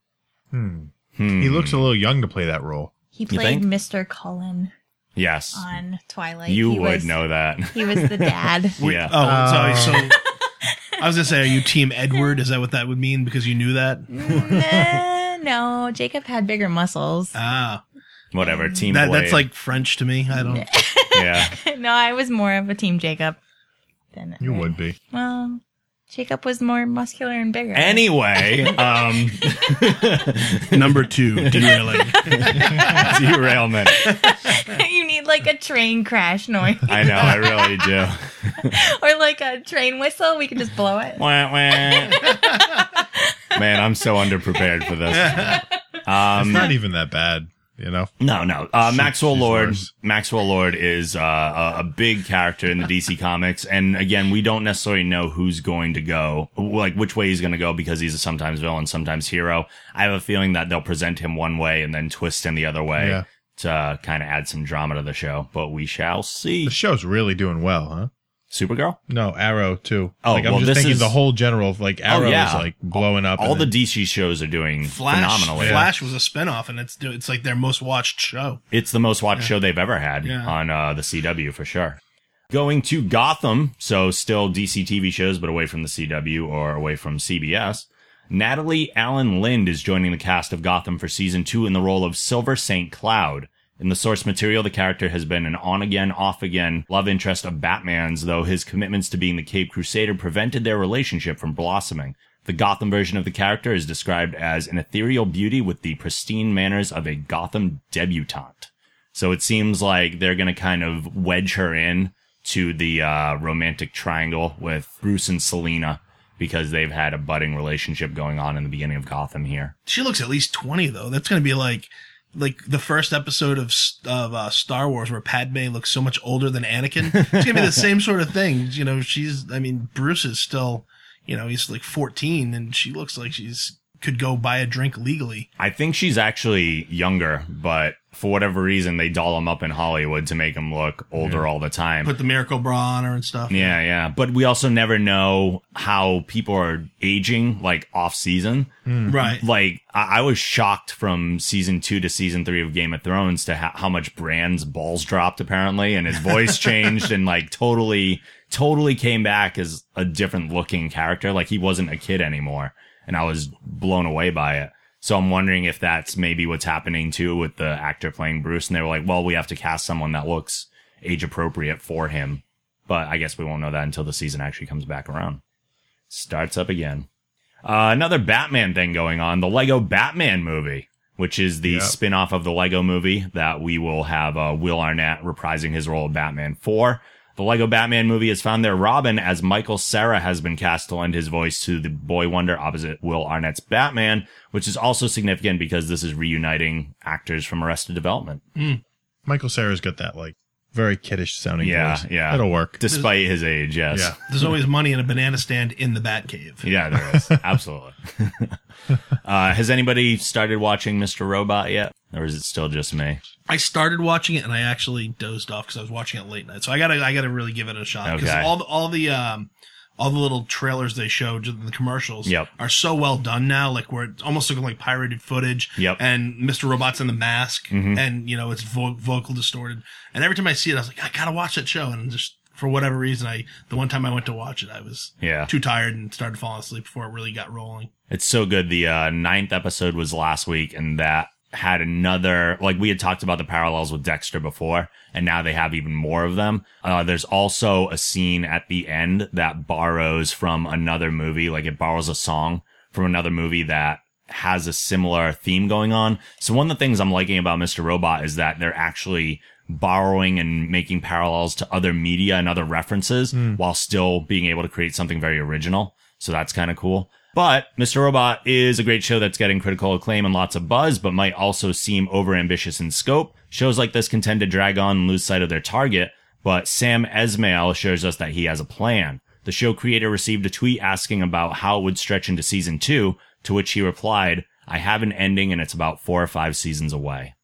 Speaker 1: Hmm.
Speaker 3: He looks a little young to play that role.
Speaker 4: He
Speaker 1: You
Speaker 4: played
Speaker 1: think?
Speaker 4: Mr. Cullen
Speaker 1: Yes.
Speaker 4: on Twilight.
Speaker 1: you
Speaker 4: Oh, He
Speaker 1: would
Speaker 4: was-
Speaker 1: know
Speaker 4: *laughs*
Speaker 1: that. *laughs*
Speaker 4: He was the dad.
Speaker 1: yeah.
Speaker 2: Oh, sorry. So I was gonna say, are you Team Edward? Is that what that would mean? Because you knew that.
Speaker 4: Nah, no, Jacob had bigger muscles.
Speaker 2: Ah,
Speaker 1: Whatever. Team
Speaker 2: that, that's
Speaker 1: Blade.
Speaker 2: like French to me. I don't.
Speaker 4: *laughs*
Speaker 1: Yeah.
Speaker 4: *laughs* no, I was more of a team Jacob than
Speaker 3: You would be.
Speaker 4: Well, Jacob was more muscular and bigger.
Speaker 1: Anyway, um,
Speaker 2: *laughs*
Speaker 1: *laughs*
Speaker 2: Number two, derailing.
Speaker 1: derailment.
Speaker 4: *laughs* you need like a train crash
Speaker 3: *laughs*
Speaker 4: noise
Speaker 1: I know. I really
Speaker 4: *laughs*
Speaker 1: do.
Speaker 4: or like a train whistle. We could just blow it.
Speaker 1: Wah, wah. Man, I'm so underprepared for
Speaker 2: *laughs*
Speaker 1: this. Um,
Speaker 3: It's not even that bad, you know.
Speaker 1: No, no. Uh,
Speaker 3: She's-
Speaker 1: Maxwell
Speaker 3: she's
Speaker 1: Lord.
Speaker 3: worse.
Speaker 1: Maxwell Lord is uh, a, a big character in the DC comics, and again, we don't necessarily know who's going to go, like which way he's going to go, because he's a sometimes villain, sometimes hero. I have a feeling that they'll present him one way and then twist him the other way
Speaker 3: Yeah.
Speaker 1: to kind of add some drama to the show. But we shall see.
Speaker 3: The show's really doing well, huh?
Speaker 1: Supergirl.
Speaker 3: No, Arrow too.
Speaker 1: Oh,
Speaker 3: like, I'm
Speaker 1: well,
Speaker 3: just
Speaker 1: this
Speaker 3: thinking
Speaker 1: is- Oh,
Speaker 3: the whole general of like Arrow
Speaker 1: yeah.
Speaker 3: is like blowing up.
Speaker 1: All
Speaker 3: and
Speaker 1: the
Speaker 3: then-
Speaker 1: DC shows are doing
Speaker 2: Flash.
Speaker 1: phenomenally.
Speaker 2: Flash was a spinoff, and it's it's like their most watched show.
Speaker 1: It's the most watched show they've ever had
Speaker 2: Yeah.
Speaker 1: on uh, the CW for sure. Going to Gotham, so still DC TV shows, but away from the CW or away from CBS. Natalie Allen Lind is joining the cast of Gotham for season two in the role of Silver St. Cloud. In the source material, the character has been an on again, off again love interest of Batman's, though his commitments to being the Cape Crusader prevented their relationship from blossoming. The Gotham version of the character is described as an ethereal beauty with the pristine manners of a Gotham debutante. So it seems like they're going to kind of wedge her in to the uh, romantic triangle with Bruce and Selena because they've had a budding relationship going on in the beginning of Gotham here.
Speaker 2: She looks at least twenty though. That's gonna be like. Like the first episode of S- of uh, Star Wars, where Padme looks so much older than Anakin, it's gonna be the same sort of thing. You know, she's. I mean, Bruce is still. You know, he's like fourteen, and she looks like she's could go buy a drink legally.
Speaker 1: I think she's actually younger, but for whatever reason, they doll him up in Hollywood to make him look older all the time.
Speaker 2: Put the miracle bra on her and stuff.
Speaker 1: Yeah, yeah. But we also never know how people are aging, like off season.
Speaker 2: Right.
Speaker 1: Like I, I was shocked from season two to season three of Game of Thrones to ha- how much Bran's balls dropped apparently, and his voice changed and like totally, totally came back as a different looking character. Like he wasn't a kid anymore, and I was blown away by it. So I'm wondering if that's maybe what's happening too with the actor playing Bruce, and they were like, "Well, we have to cast someone that looks age appropriate for him." But I guess we won't know that until the season actually comes back around. Starts up again. Uh, another Batman thing going on the Lego Batman movie, which is the spin off of the Lego movie that we will have uh, Will Arnett reprising his role of Batman for. The Lego Batman movie has found their Robin as Michael Sarah has been cast to lend his voice to the Boy Wonder opposite Will Arnett's Batman, which is also significant because this is reuniting actors from Arrested Development,
Speaker 3: Michael Sarah's got that like very kiddish sounding
Speaker 1: Yeah,
Speaker 3: voice.
Speaker 1: yeah.
Speaker 3: That'll work.
Speaker 1: despite his age. Yes.
Speaker 3: Yeah.
Speaker 2: There's always money in a banana stand in the
Speaker 1: *laughs*
Speaker 2: Batcave.
Speaker 1: Yeah, there is. Absolutely. *laughs* uh, has anybody started watching Mr. Robot yet? Or is it still just me?
Speaker 2: I started watching it and I actually dozed off because I was watching it late night. So I gotta, I gotta really give it a shot because
Speaker 1: Okay.
Speaker 2: all the, all the, um, all the little trailers they showed, just the commercials,
Speaker 1: Yep.
Speaker 2: are so well done now. Like where it's almost looking like pirated footage.
Speaker 1: Yep. Mm-hmm.
Speaker 2: And Mr. Robot's in the mask, and you know it's vo- vocal distorted. And every time I see it, I was like, I gotta watch that show. And just for whatever reason, I the one time I went to watch it, I was
Speaker 1: Yeah.
Speaker 2: too tired and started falling asleep before it really got rolling.
Speaker 1: It's so good. The uh, ninth episode was last week, and that had another, like we had talked about the parallels with Dexter before, and now they have even more of them. Uh, there's also a scene at the end that borrows from another movie, like it borrows a song from another movie that has a similar theme going on. So one of the things I'm liking about Mr. Robot is that they're actually borrowing and making parallels to other media and other references while still being able to create something very original. So that's kind of cool. But Mr. Robot is a great show that's getting critical acclaim and lots of buzz, but might also seem overambitious in scope. Shows like this can tend to drag on and lose sight of their target, but Sam Esmail assures us that he has a plan. The show creator received a tweet asking about how it would stretch into season two, to which he replied, I have an ending and it's about four or five seasons away.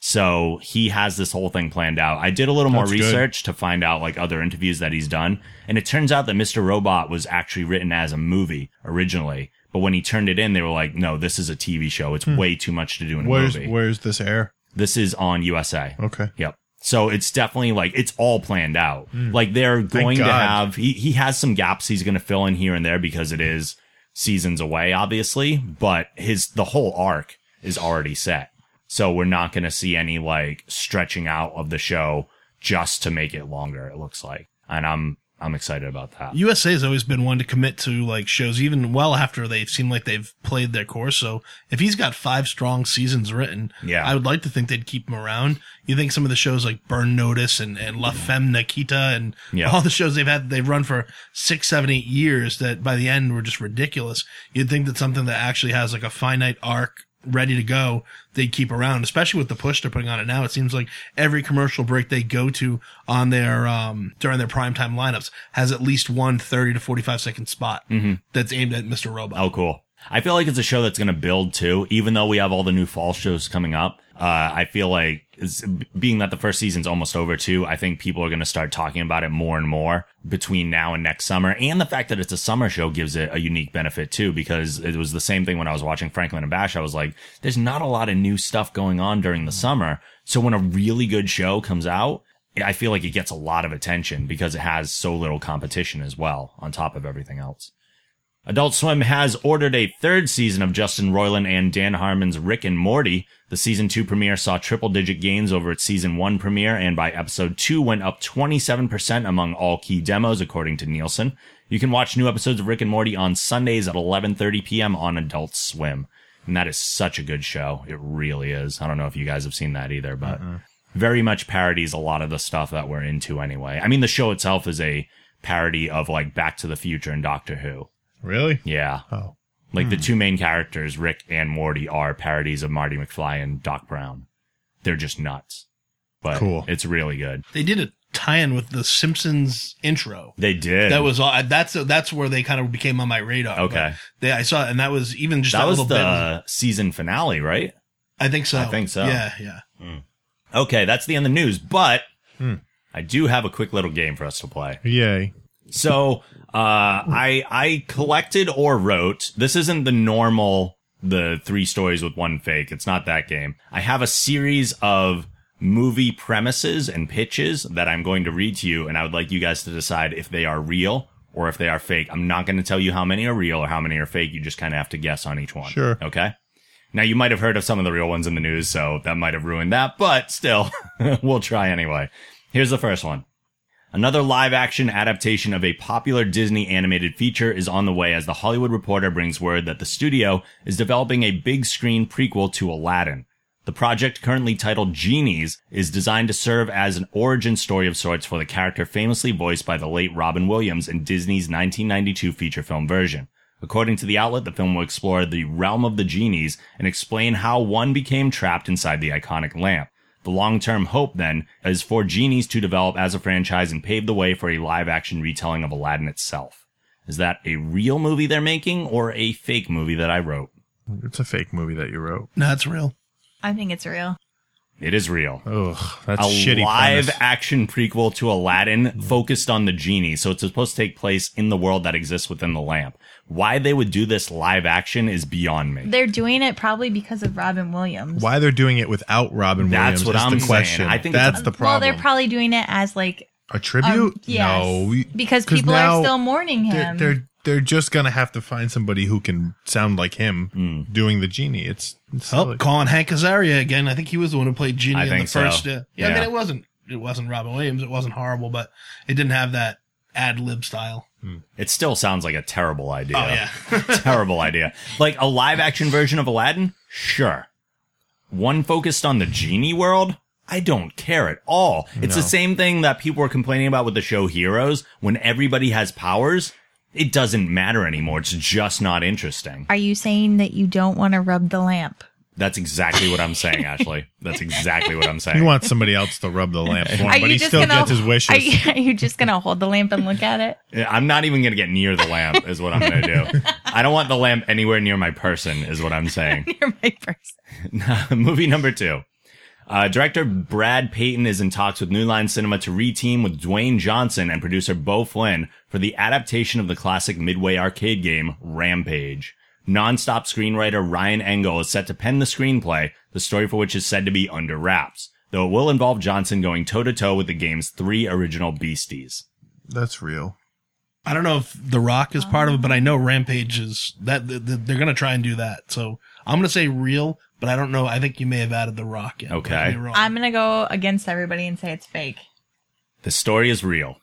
Speaker 1: So he has this whole thing planned out. I did a little more
Speaker 3: That's good.
Speaker 1: research to find out like other interviews that he's done. And it turns out that Mr. Robot was actually written as a movie originally. But when he turned it in, they were like, no, this is a TV show. It's way too much to do in a
Speaker 3: Hmm. Where's
Speaker 1: movie.
Speaker 3: where's this air?
Speaker 1: This is on USA.
Speaker 3: Okay.
Speaker 1: Yep. So it's definitely like it's all planned out. Like they're going to
Speaker 3: God.
Speaker 1: have he he has some gaps he's going to fill in here and there because it is seasons away obviously, but his the whole arc is already set. So we're not going to see any like stretching out of the show just to make it longer it looks like. And I'm I'm excited about that.
Speaker 2: USA has always been one to commit to like shows even well after they've seemed like they've played their course. So if he's got five strong seasons written,
Speaker 1: Yeah.
Speaker 2: I would like to think they'd keep him around. You think some of the shows like Burn Notice and, and La Femme Nikita and
Speaker 1: Yeah.
Speaker 2: all the shows they've had they've run for six, seven, eight years that by the end were just ridiculous. You'd think that something that actually has like a finite arc ready to go, they'd keep around, especially with the push they're putting on it now. It seems like every commercial break they go to on their, um, during their primetime lineups has at least one 30 to 45 second spot that's aimed at Mr. Robot.
Speaker 1: Oh, cool. I feel like it's a show that's going to build too, even though we have all the new fall shows coming up. Uh, I feel like it's, being that the first season's almost over too, I think people are going to start talking about it more and more between now and next summer. And the fact that it's a summer show gives it a unique benefit too, because it was the same thing when I was watching Franklin and Bash. I was like, there's not a lot of new stuff going on during the summer. So when a really good show comes out, I feel like it gets a lot of attention because it has so little competition as well on top of everything else. Adult Swim has ordered a third season of Justin Roiland and Dan Harmon's Rick and Morty. The season two premiere saw triple digit gains over its season one premiere and by episode two went up 27% among all key demos, according to Nielsen. You can watch new episodes of Rick and Morty on Sundays at 11.30 p.m. on Adult Swim. And that is such a good show. It really is. I don't know if you guys have seen that either, but very much parodies a lot of the stuff that we're into anyway. I mean, the show itself is a parody of like Back to the Future and Doctor Who.
Speaker 3: Really?
Speaker 1: Yeah.
Speaker 3: Oh.
Speaker 1: Like
Speaker 2: Hmm.
Speaker 1: the two main characters, Rick and Morty, are parodies of Marty McFly and Doc Brown. They're just nuts. But
Speaker 3: Cool.
Speaker 1: it's really good.
Speaker 2: They did a tie in with the Simpsons intro.
Speaker 1: They did.
Speaker 2: That was all. That's that's where they kind of became on my radar.
Speaker 1: Okay.
Speaker 2: But They, I saw, it, and that was even just
Speaker 1: that,
Speaker 2: that,
Speaker 1: was
Speaker 2: little bit.
Speaker 1: the season finale, right?
Speaker 2: I think so.
Speaker 1: I think so.
Speaker 2: Yeah, yeah.
Speaker 1: Okay, that's the end of the news, but
Speaker 2: Hmm.
Speaker 1: I do have a quick little game for us to play.
Speaker 3: Yay.
Speaker 1: So uh, I I collected or wrote. This isn't the normal the three stories with one fake. It's not that game. I have a series of movie premises and pitches that I'm going to read to you, and I would like you guys to decide if they are real or if they are fake. I'm not going to tell you how many are real or how many are fake. You just kind of have to guess on each one.
Speaker 3: Sure.
Speaker 1: Okay. Now you might have heard of some of the real ones in the news, so that might have ruined that, but still, *laughs* we'll try anyway. Here's the first one. Another live action adaptation of a popular Disney animated feature is on the way as the Hollywood Reporter brings word that the studio is developing a big screen prequel to Aladdin. The project, currently titled Genies, is designed to serve as an origin story of sorts for the character famously voiced by the late Robin Williams in Disney's 1992 feature film version. According to the outlet, the film will explore the realm of the genies and explain how one became trapped inside the iconic lamp. The long term hope, then, is for Genies to develop as a franchise and pave the way for a live action retelling of Aladdin itself. Is that a real movie they're making or a fake movie that I wrote?
Speaker 3: It's a fake movie that you wrote.
Speaker 2: No, that's real.
Speaker 4: I think it's real.
Speaker 1: It is real.
Speaker 3: Ugh, that's
Speaker 1: a
Speaker 3: shitty.
Speaker 1: live
Speaker 3: premise.
Speaker 1: action prequel to Aladdin focused on the genie. So it's supposed to take place in the world that exists within the lamp. Why they would do this live action is beyond me.
Speaker 4: They're doing it probably because of Robin Williams.
Speaker 3: Why they're doing it without Robin
Speaker 1: That's
Speaker 3: Williams
Speaker 1: what
Speaker 3: is
Speaker 1: I'm
Speaker 3: the
Speaker 1: saying.
Speaker 3: question.
Speaker 1: I think
Speaker 3: that's
Speaker 1: it's-
Speaker 3: the
Speaker 4: Well,
Speaker 3: problem.
Speaker 4: they're probably doing it as like
Speaker 3: a
Speaker 4: um,
Speaker 3: tribute?
Speaker 4: yes,
Speaker 3: No, we-
Speaker 4: because
Speaker 3: 'cause
Speaker 4: people
Speaker 3: now
Speaker 4: are still mourning
Speaker 3: They're,
Speaker 4: him.
Speaker 3: they're they're just gonna have to find somebody who can sound like him doing the genie. It's, it's
Speaker 2: Oh,
Speaker 3: silly.
Speaker 2: calling Hank Azaria again. I think he was the one who played Genie
Speaker 1: I
Speaker 2: in
Speaker 1: think
Speaker 2: the first.
Speaker 1: so.
Speaker 2: uh, yeah, I
Speaker 1: Yeah.
Speaker 2: mean it wasn't it wasn't Robin Williams. It wasn't horrible, but it didn't have that ad lib style.
Speaker 1: It still sounds like a terrible idea.
Speaker 2: Oh yeah,
Speaker 1: *laughs* terrible idea. Like a live action version of Aladdin? Sure. One focused on the genie world? I don't care at all. It's the same thing that people were complaining about with the show Heroes. When everybody has powers, it doesn't matter anymore. It's just not interesting.
Speaker 4: Are you saying that you don't want to rub the lamp?
Speaker 1: That's exactly what I'm saying, Ashley. That's exactly what I'm saying.
Speaker 3: you want somebody else to rub the lamp for him,
Speaker 4: Are
Speaker 3: but he
Speaker 4: just
Speaker 3: still
Speaker 4: gonna,
Speaker 3: gets his wishes.
Speaker 4: Are you, *laughs* are you just gonna hold the lamp and look at it? *laughs*
Speaker 1: I'm not even going to get near the lamp, is what I'm going to do. I don't want the lamp anywhere near my person, is what I'm saying.
Speaker 4: You're my
Speaker 1: *laughs*
Speaker 4: person.
Speaker 1: Movie number two. Uh, director Brad Payton is in talks with New Line Cinema to reteam with Dwayne Johnson and producer Bo Flynn for the adaptation of the classic Midway arcade game Rampage. Nonstop screenwriter Ryan Engel is set to pen the screenplay, the story for which is said to be under wraps, though it will involve Johnson going toe to toe with the game's three original beasties.
Speaker 3: *laughs* That's real.
Speaker 2: I don't know if The Rock is part of it, but I know Rampage is that th- th- they're gonna try and do that. So I'm gonna say real, but I don't know. I think you may have added The Rock. In.
Speaker 1: Okay.
Speaker 2: I could be wrong.
Speaker 4: I'm gonna go against everybody and say it's fake.
Speaker 1: The story is real.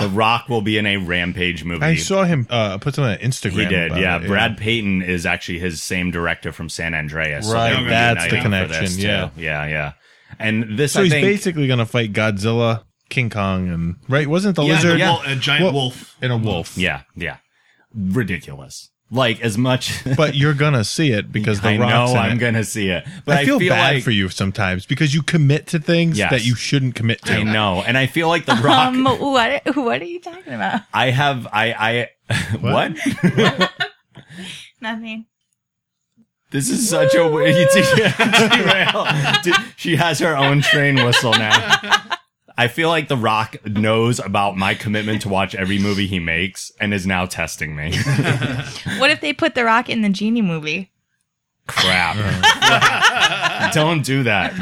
Speaker 1: The Rock will be in a Rampage movie.
Speaker 3: I saw him uh, put something on Instagram.
Speaker 1: He did,
Speaker 3: about
Speaker 1: yeah.
Speaker 3: it,
Speaker 1: Brad Payton is actually his same director from San Andreas.
Speaker 3: Right,
Speaker 1: they're
Speaker 3: that's the
Speaker 1: reuniting for this,
Speaker 3: connection, yeah.
Speaker 1: too. yeah, yeah. And this,
Speaker 3: So
Speaker 1: I
Speaker 3: he's
Speaker 1: think,
Speaker 3: basically gonna fight Godzilla, King Kong, and right? Wasn't the
Speaker 2: yeah,
Speaker 3: lizard
Speaker 2: the wol- a giant
Speaker 3: Well-
Speaker 2: wolf.
Speaker 3: and a wolf?
Speaker 1: yeah, yeah, ridiculous. Like as much, *laughs*
Speaker 3: But you're gonna see it because the
Speaker 1: I
Speaker 3: rocks.
Speaker 1: know
Speaker 3: in
Speaker 1: I'm
Speaker 3: it.
Speaker 1: gonna see it, but
Speaker 3: I feel, bad
Speaker 1: like,
Speaker 3: for you sometimes because you commit to things
Speaker 1: Yes.
Speaker 3: that you shouldn't commit to.
Speaker 1: I know, and I feel like the Rock.
Speaker 4: Um, what what are you talking about? *laughs*
Speaker 1: I have, I, I, what? *laughs*
Speaker 3: What?
Speaker 4: Nothing.
Speaker 1: This is such a weird *laughs* derail. Did- She has her own train whistle now. I feel like The Rock knows about my commitment to watch every movie he makes and is now testing me. *laughs*
Speaker 4: What if they put The Rock in the Genie movie?
Speaker 1: Crap. don't do that.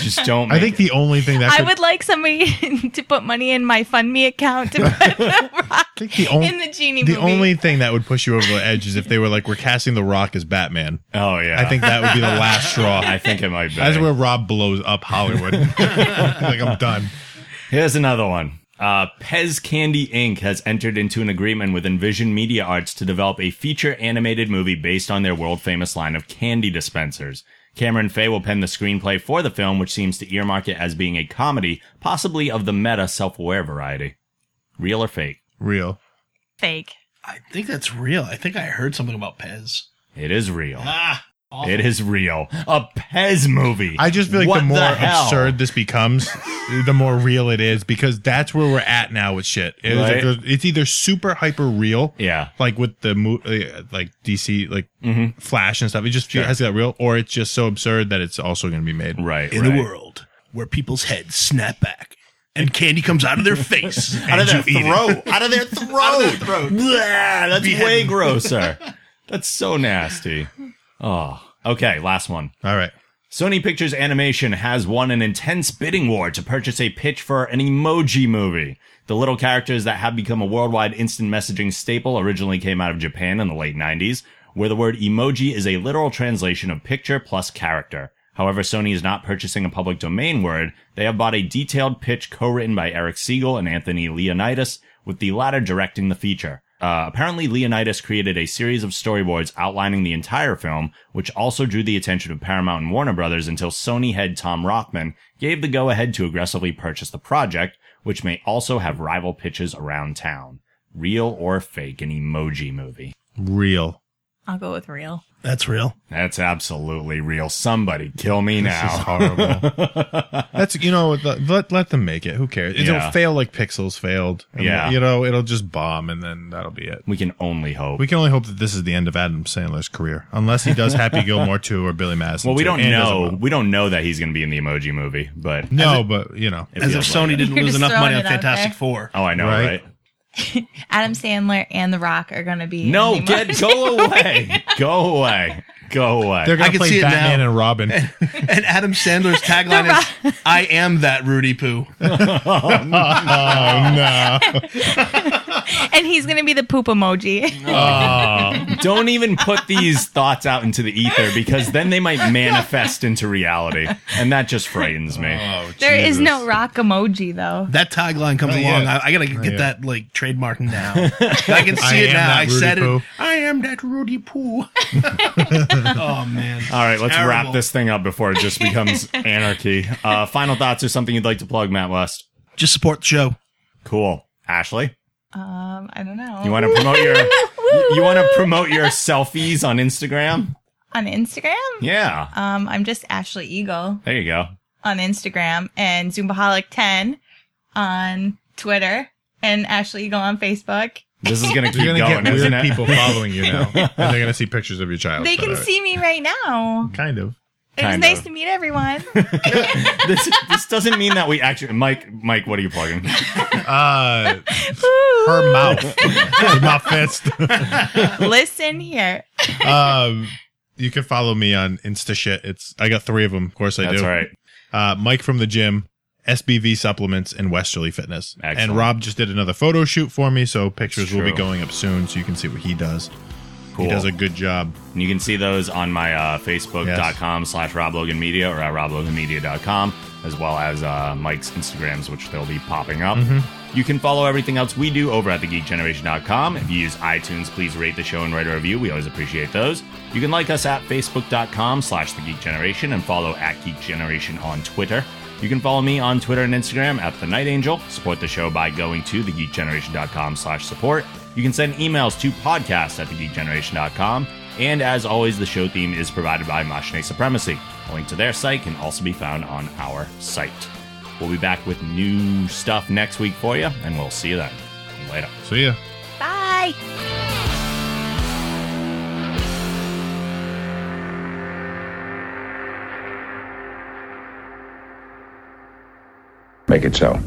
Speaker 1: Just don't.
Speaker 3: I
Speaker 1: Make
Speaker 3: think the only thing that
Speaker 4: I
Speaker 3: could,
Speaker 4: would like somebody *laughs* to put money in my Fund Me account
Speaker 1: *laughs*
Speaker 4: to put The Rock
Speaker 3: the only
Speaker 4: in the Genie
Speaker 3: the
Speaker 4: movie.
Speaker 3: only thing that would push you over the edge is if they were like, "We're casting The Rock as Batman."
Speaker 1: Oh yeah.
Speaker 3: I think that would be the
Speaker 1: *laughs*
Speaker 3: last straw.
Speaker 1: I think it might be.
Speaker 3: That's where Rob blows up
Speaker 1: *laughs*
Speaker 3: Hollywood. like I'm done.
Speaker 1: Here's another one. Uh, Pez Candy Inc. has entered into an agreement with Envision Media Arts to develop a feature animated movie based on their world famous line of candy dispensers. Cameron Fay will pen the screenplay for the film, which seems to earmark it as being a comedy, possibly of the meta self aware variety. Real or fake?
Speaker 3: Real.
Speaker 4: fake.
Speaker 2: I think that's real. I think I heard something about Pez.
Speaker 1: It is real.
Speaker 2: Ah, awful.
Speaker 1: It is real. A Pez movie.
Speaker 3: I just feel like
Speaker 1: What
Speaker 3: the more
Speaker 1: hell?
Speaker 3: absurd this becomes, the more real it is because that's where we're at now with shit. It's,
Speaker 1: Right.
Speaker 3: like- it's either super hyper real,
Speaker 1: Yeah. Mm-hmm.
Speaker 3: like with the mo- uh, like DC, like Flash and stuff. It just has got real, or it's just so absurd that it's also going to be made.
Speaker 1: Right.
Speaker 2: in
Speaker 1: right.
Speaker 2: the world where people's heads snap back and candy comes out of their face
Speaker 1: *laughs* out
Speaker 2: and
Speaker 1: of their
Speaker 2: you eat it.
Speaker 1: throat. Out of their throat. *laughs* Blah, that's way grosser. That's so nasty. Oh, okay. Last one.
Speaker 3: All right.
Speaker 1: Sony Pictures Animation has won an intense bidding war to purchase a pitch for an emoji movie. The little characters that have become a worldwide instant messaging staple originally came out of Japan in the late 90s, where the word emoji is a literal translation of picture plus character. However, Sony is not purchasing a public domain word. They have bought a detailed pitch co-written by Eric Siegel and Anthony Leonidas, with the latter directing the feature. Uh, apparently, Leonidas created a series of storyboards outlining the entire film, which also drew the attention of Paramount and Warner Brothers until Sony head Tom Rothman gave the go ahead to aggressively purchase the project, which may also have rival pitches around town. Real or fake, an emoji movie.
Speaker 3: Real.
Speaker 4: I'll go with real.
Speaker 2: that's real
Speaker 1: That's absolutely real. Somebody kill me
Speaker 3: This is
Speaker 1: now. *laughs*
Speaker 3: horrible. *laughs* That's you know the, let let them make it. Who cares?
Speaker 1: Yeah.
Speaker 3: It'll fail like Pixels failed. And,
Speaker 1: Yeah.
Speaker 3: You know it'll just bomb and then that'll be it.
Speaker 1: We can only hope.
Speaker 3: We can only hope that this is the end of Adam Sandler's career, unless he does Happy Gilmore two or Billy Madison.
Speaker 1: well, we
Speaker 3: 2,
Speaker 1: don't
Speaker 3: and doesn't
Speaker 1: know.
Speaker 3: bomb.
Speaker 1: We don't know that he's going to be in the emoji movie, but
Speaker 3: No, but you know,
Speaker 1: it
Speaker 2: as if
Speaker 1: feels like
Speaker 2: sony
Speaker 1: it.
Speaker 2: didn't
Speaker 4: You're
Speaker 2: lose
Speaker 4: just
Speaker 2: enough money on
Speaker 4: throwing it out
Speaker 2: fantastic
Speaker 4: there.
Speaker 2: four
Speaker 1: Oh, I know,
Speaker 3: Right.
Speaker 1: right?
Speaker 4: Adam Sandler and The Rock are gonna be.
Speaker 1: No,
Speaker 4: in the
Speaker 1: get
Speaker 4: movie.
Speaker 1: go away, go away, go away.
Speaker 3: they're
Speaker 2: I
Speaker 3: gonna
Speaker 2: can
Speaker 3: play
Speaker 2: see it
Speaker 3: Batman
Speaker 2: now.
Speaker 3: and Robin.
Speaker 2: and adam
Speaker 4: *laughs*
Speaker 2: sandler's tagline is i am that rudy poo
Speaker 3: oh no!
Speaker 4: *laughs* and he's gonna be the poop emoji. *laughs*
Speaker 1: Don't even put these thoughts out into the ether because then they might manifest into reality. And that just frightens me.
Speaker 4: there is no rock emoji though.
Speaker 2: That tagline
Speaker 1: Oh,
Speaker 2: comes
Speaker 3: Not
Speaker 2: along.
Speaker 3: yet.
Speaker 2: I, I gotta
Speaker 3: Not
Speaker 2: get
Speaker 3: yet.
Speaker 2: that like trademarked
Speaker 1: *laughs*
Speaker 2: now. I can see
Speaker 3: I
Speaker 2: it
Speaker 3: am
Speaker 2: now.
Speaker 3: that
Speaker 2: I said
Speaker 3: Rudy
Speaker 2: it.
Speaker 3: Poo.
Speaker 2: I am that Rudy Poo. oh man.
Speaker 1: All right, let's wrap
Speaker 2: Terrible.
Speaker 1: this thing up before it just becomes anarchy. Uh, final thoughts or something you'd like to plug, Matt West?
Speaker 2: Just support the show.
Speaker 1: Cool. Ashley,
Speaker 4: Um, I don't know. *laughs*
Speaker 1: you want to promote your you want to promote your selfies on Instagram?
Speaker 4: on Instagram?
Speaker 1: Yeah,
Speaker 4: Um, I'm just Ashley Eagle
Speaker 1: there you go.
Speaker 4: on Instagram and Zumbaholic10 on Twitter and Ashley Eagle on Facebook.
Speaker 1: This is gonna keep
Speaker 3: *laughs* You're gonna
Speaker 1: going,
Speaker 3: get
Speaker 1: isn't
Speaker 3: weird
Speaker 1: it?
Speaker 3: people following you now, and they're gonna see pictures of your child.
Speaker 4: They
Speaker 3: but,
Speaker 4: can
Speaker 3: uh,
Speaker 4: see me right now.
Speaker 3: kind of.
Speaker 4: It was
Speaker 1: Kind
Speaker 4: nice
Speaker 1: of.
Speaker 4: to
Speaker 1: *laughs*
Speaker 4: meet everyone.
Speaker 1: this, this doesn't mean that we actually. Mike, Mike, what are you plugging?
Speaker 3: Uh,
Speaker 4: Ooh, *laughs*
Speaker 3: her mouth, With my fist.
Speaker 4: Listen here.
Speaker 3: um, you can follow me on Insta shit. It's I got three of them. Of course, I
Speaker 1: That's
Speaker 3: do.
Speaker 1: right.
Speaker 3: Uh, Mike from the gym, SBV supplements, and Westerly Fitness.
Speaker 1: Excellent.
Speaker 3: And Rob just did another photo shoot for me, so pictures will be
Speaker 1: true.
Speaker 3: going up soon, so you can see what he does.
Speaker 1: Cool.
Speaker 3: He does a good job.
Speaker 1: And you can see those on my uh, facebook.com slash robloganmedia or at robloganmedia.com as well as uh, mike's instagrams which they'll be popping up you can follow everything else we do over at thegeekgeneration.com if you use itunes please rate the show and write a review we always appreciate those you can like us at facebook.com slash thegeekgeneration and follow at geekgeneration on twitter you can follow me on Twitter and Instagram at The Night Angel. Support the show by going to thegeekgeneration.com slash support. You can send emails to podcast at thegeekgeneration.com. And as always, the show theme is provided by Machine Supremacy. A link to their site can also be found on our site. We'll be back with new stuff next week for you, and we'll see you then. Later.
Speaker 3: See ya.
Speaker 4: Bye.
Speaker 7: Make it so.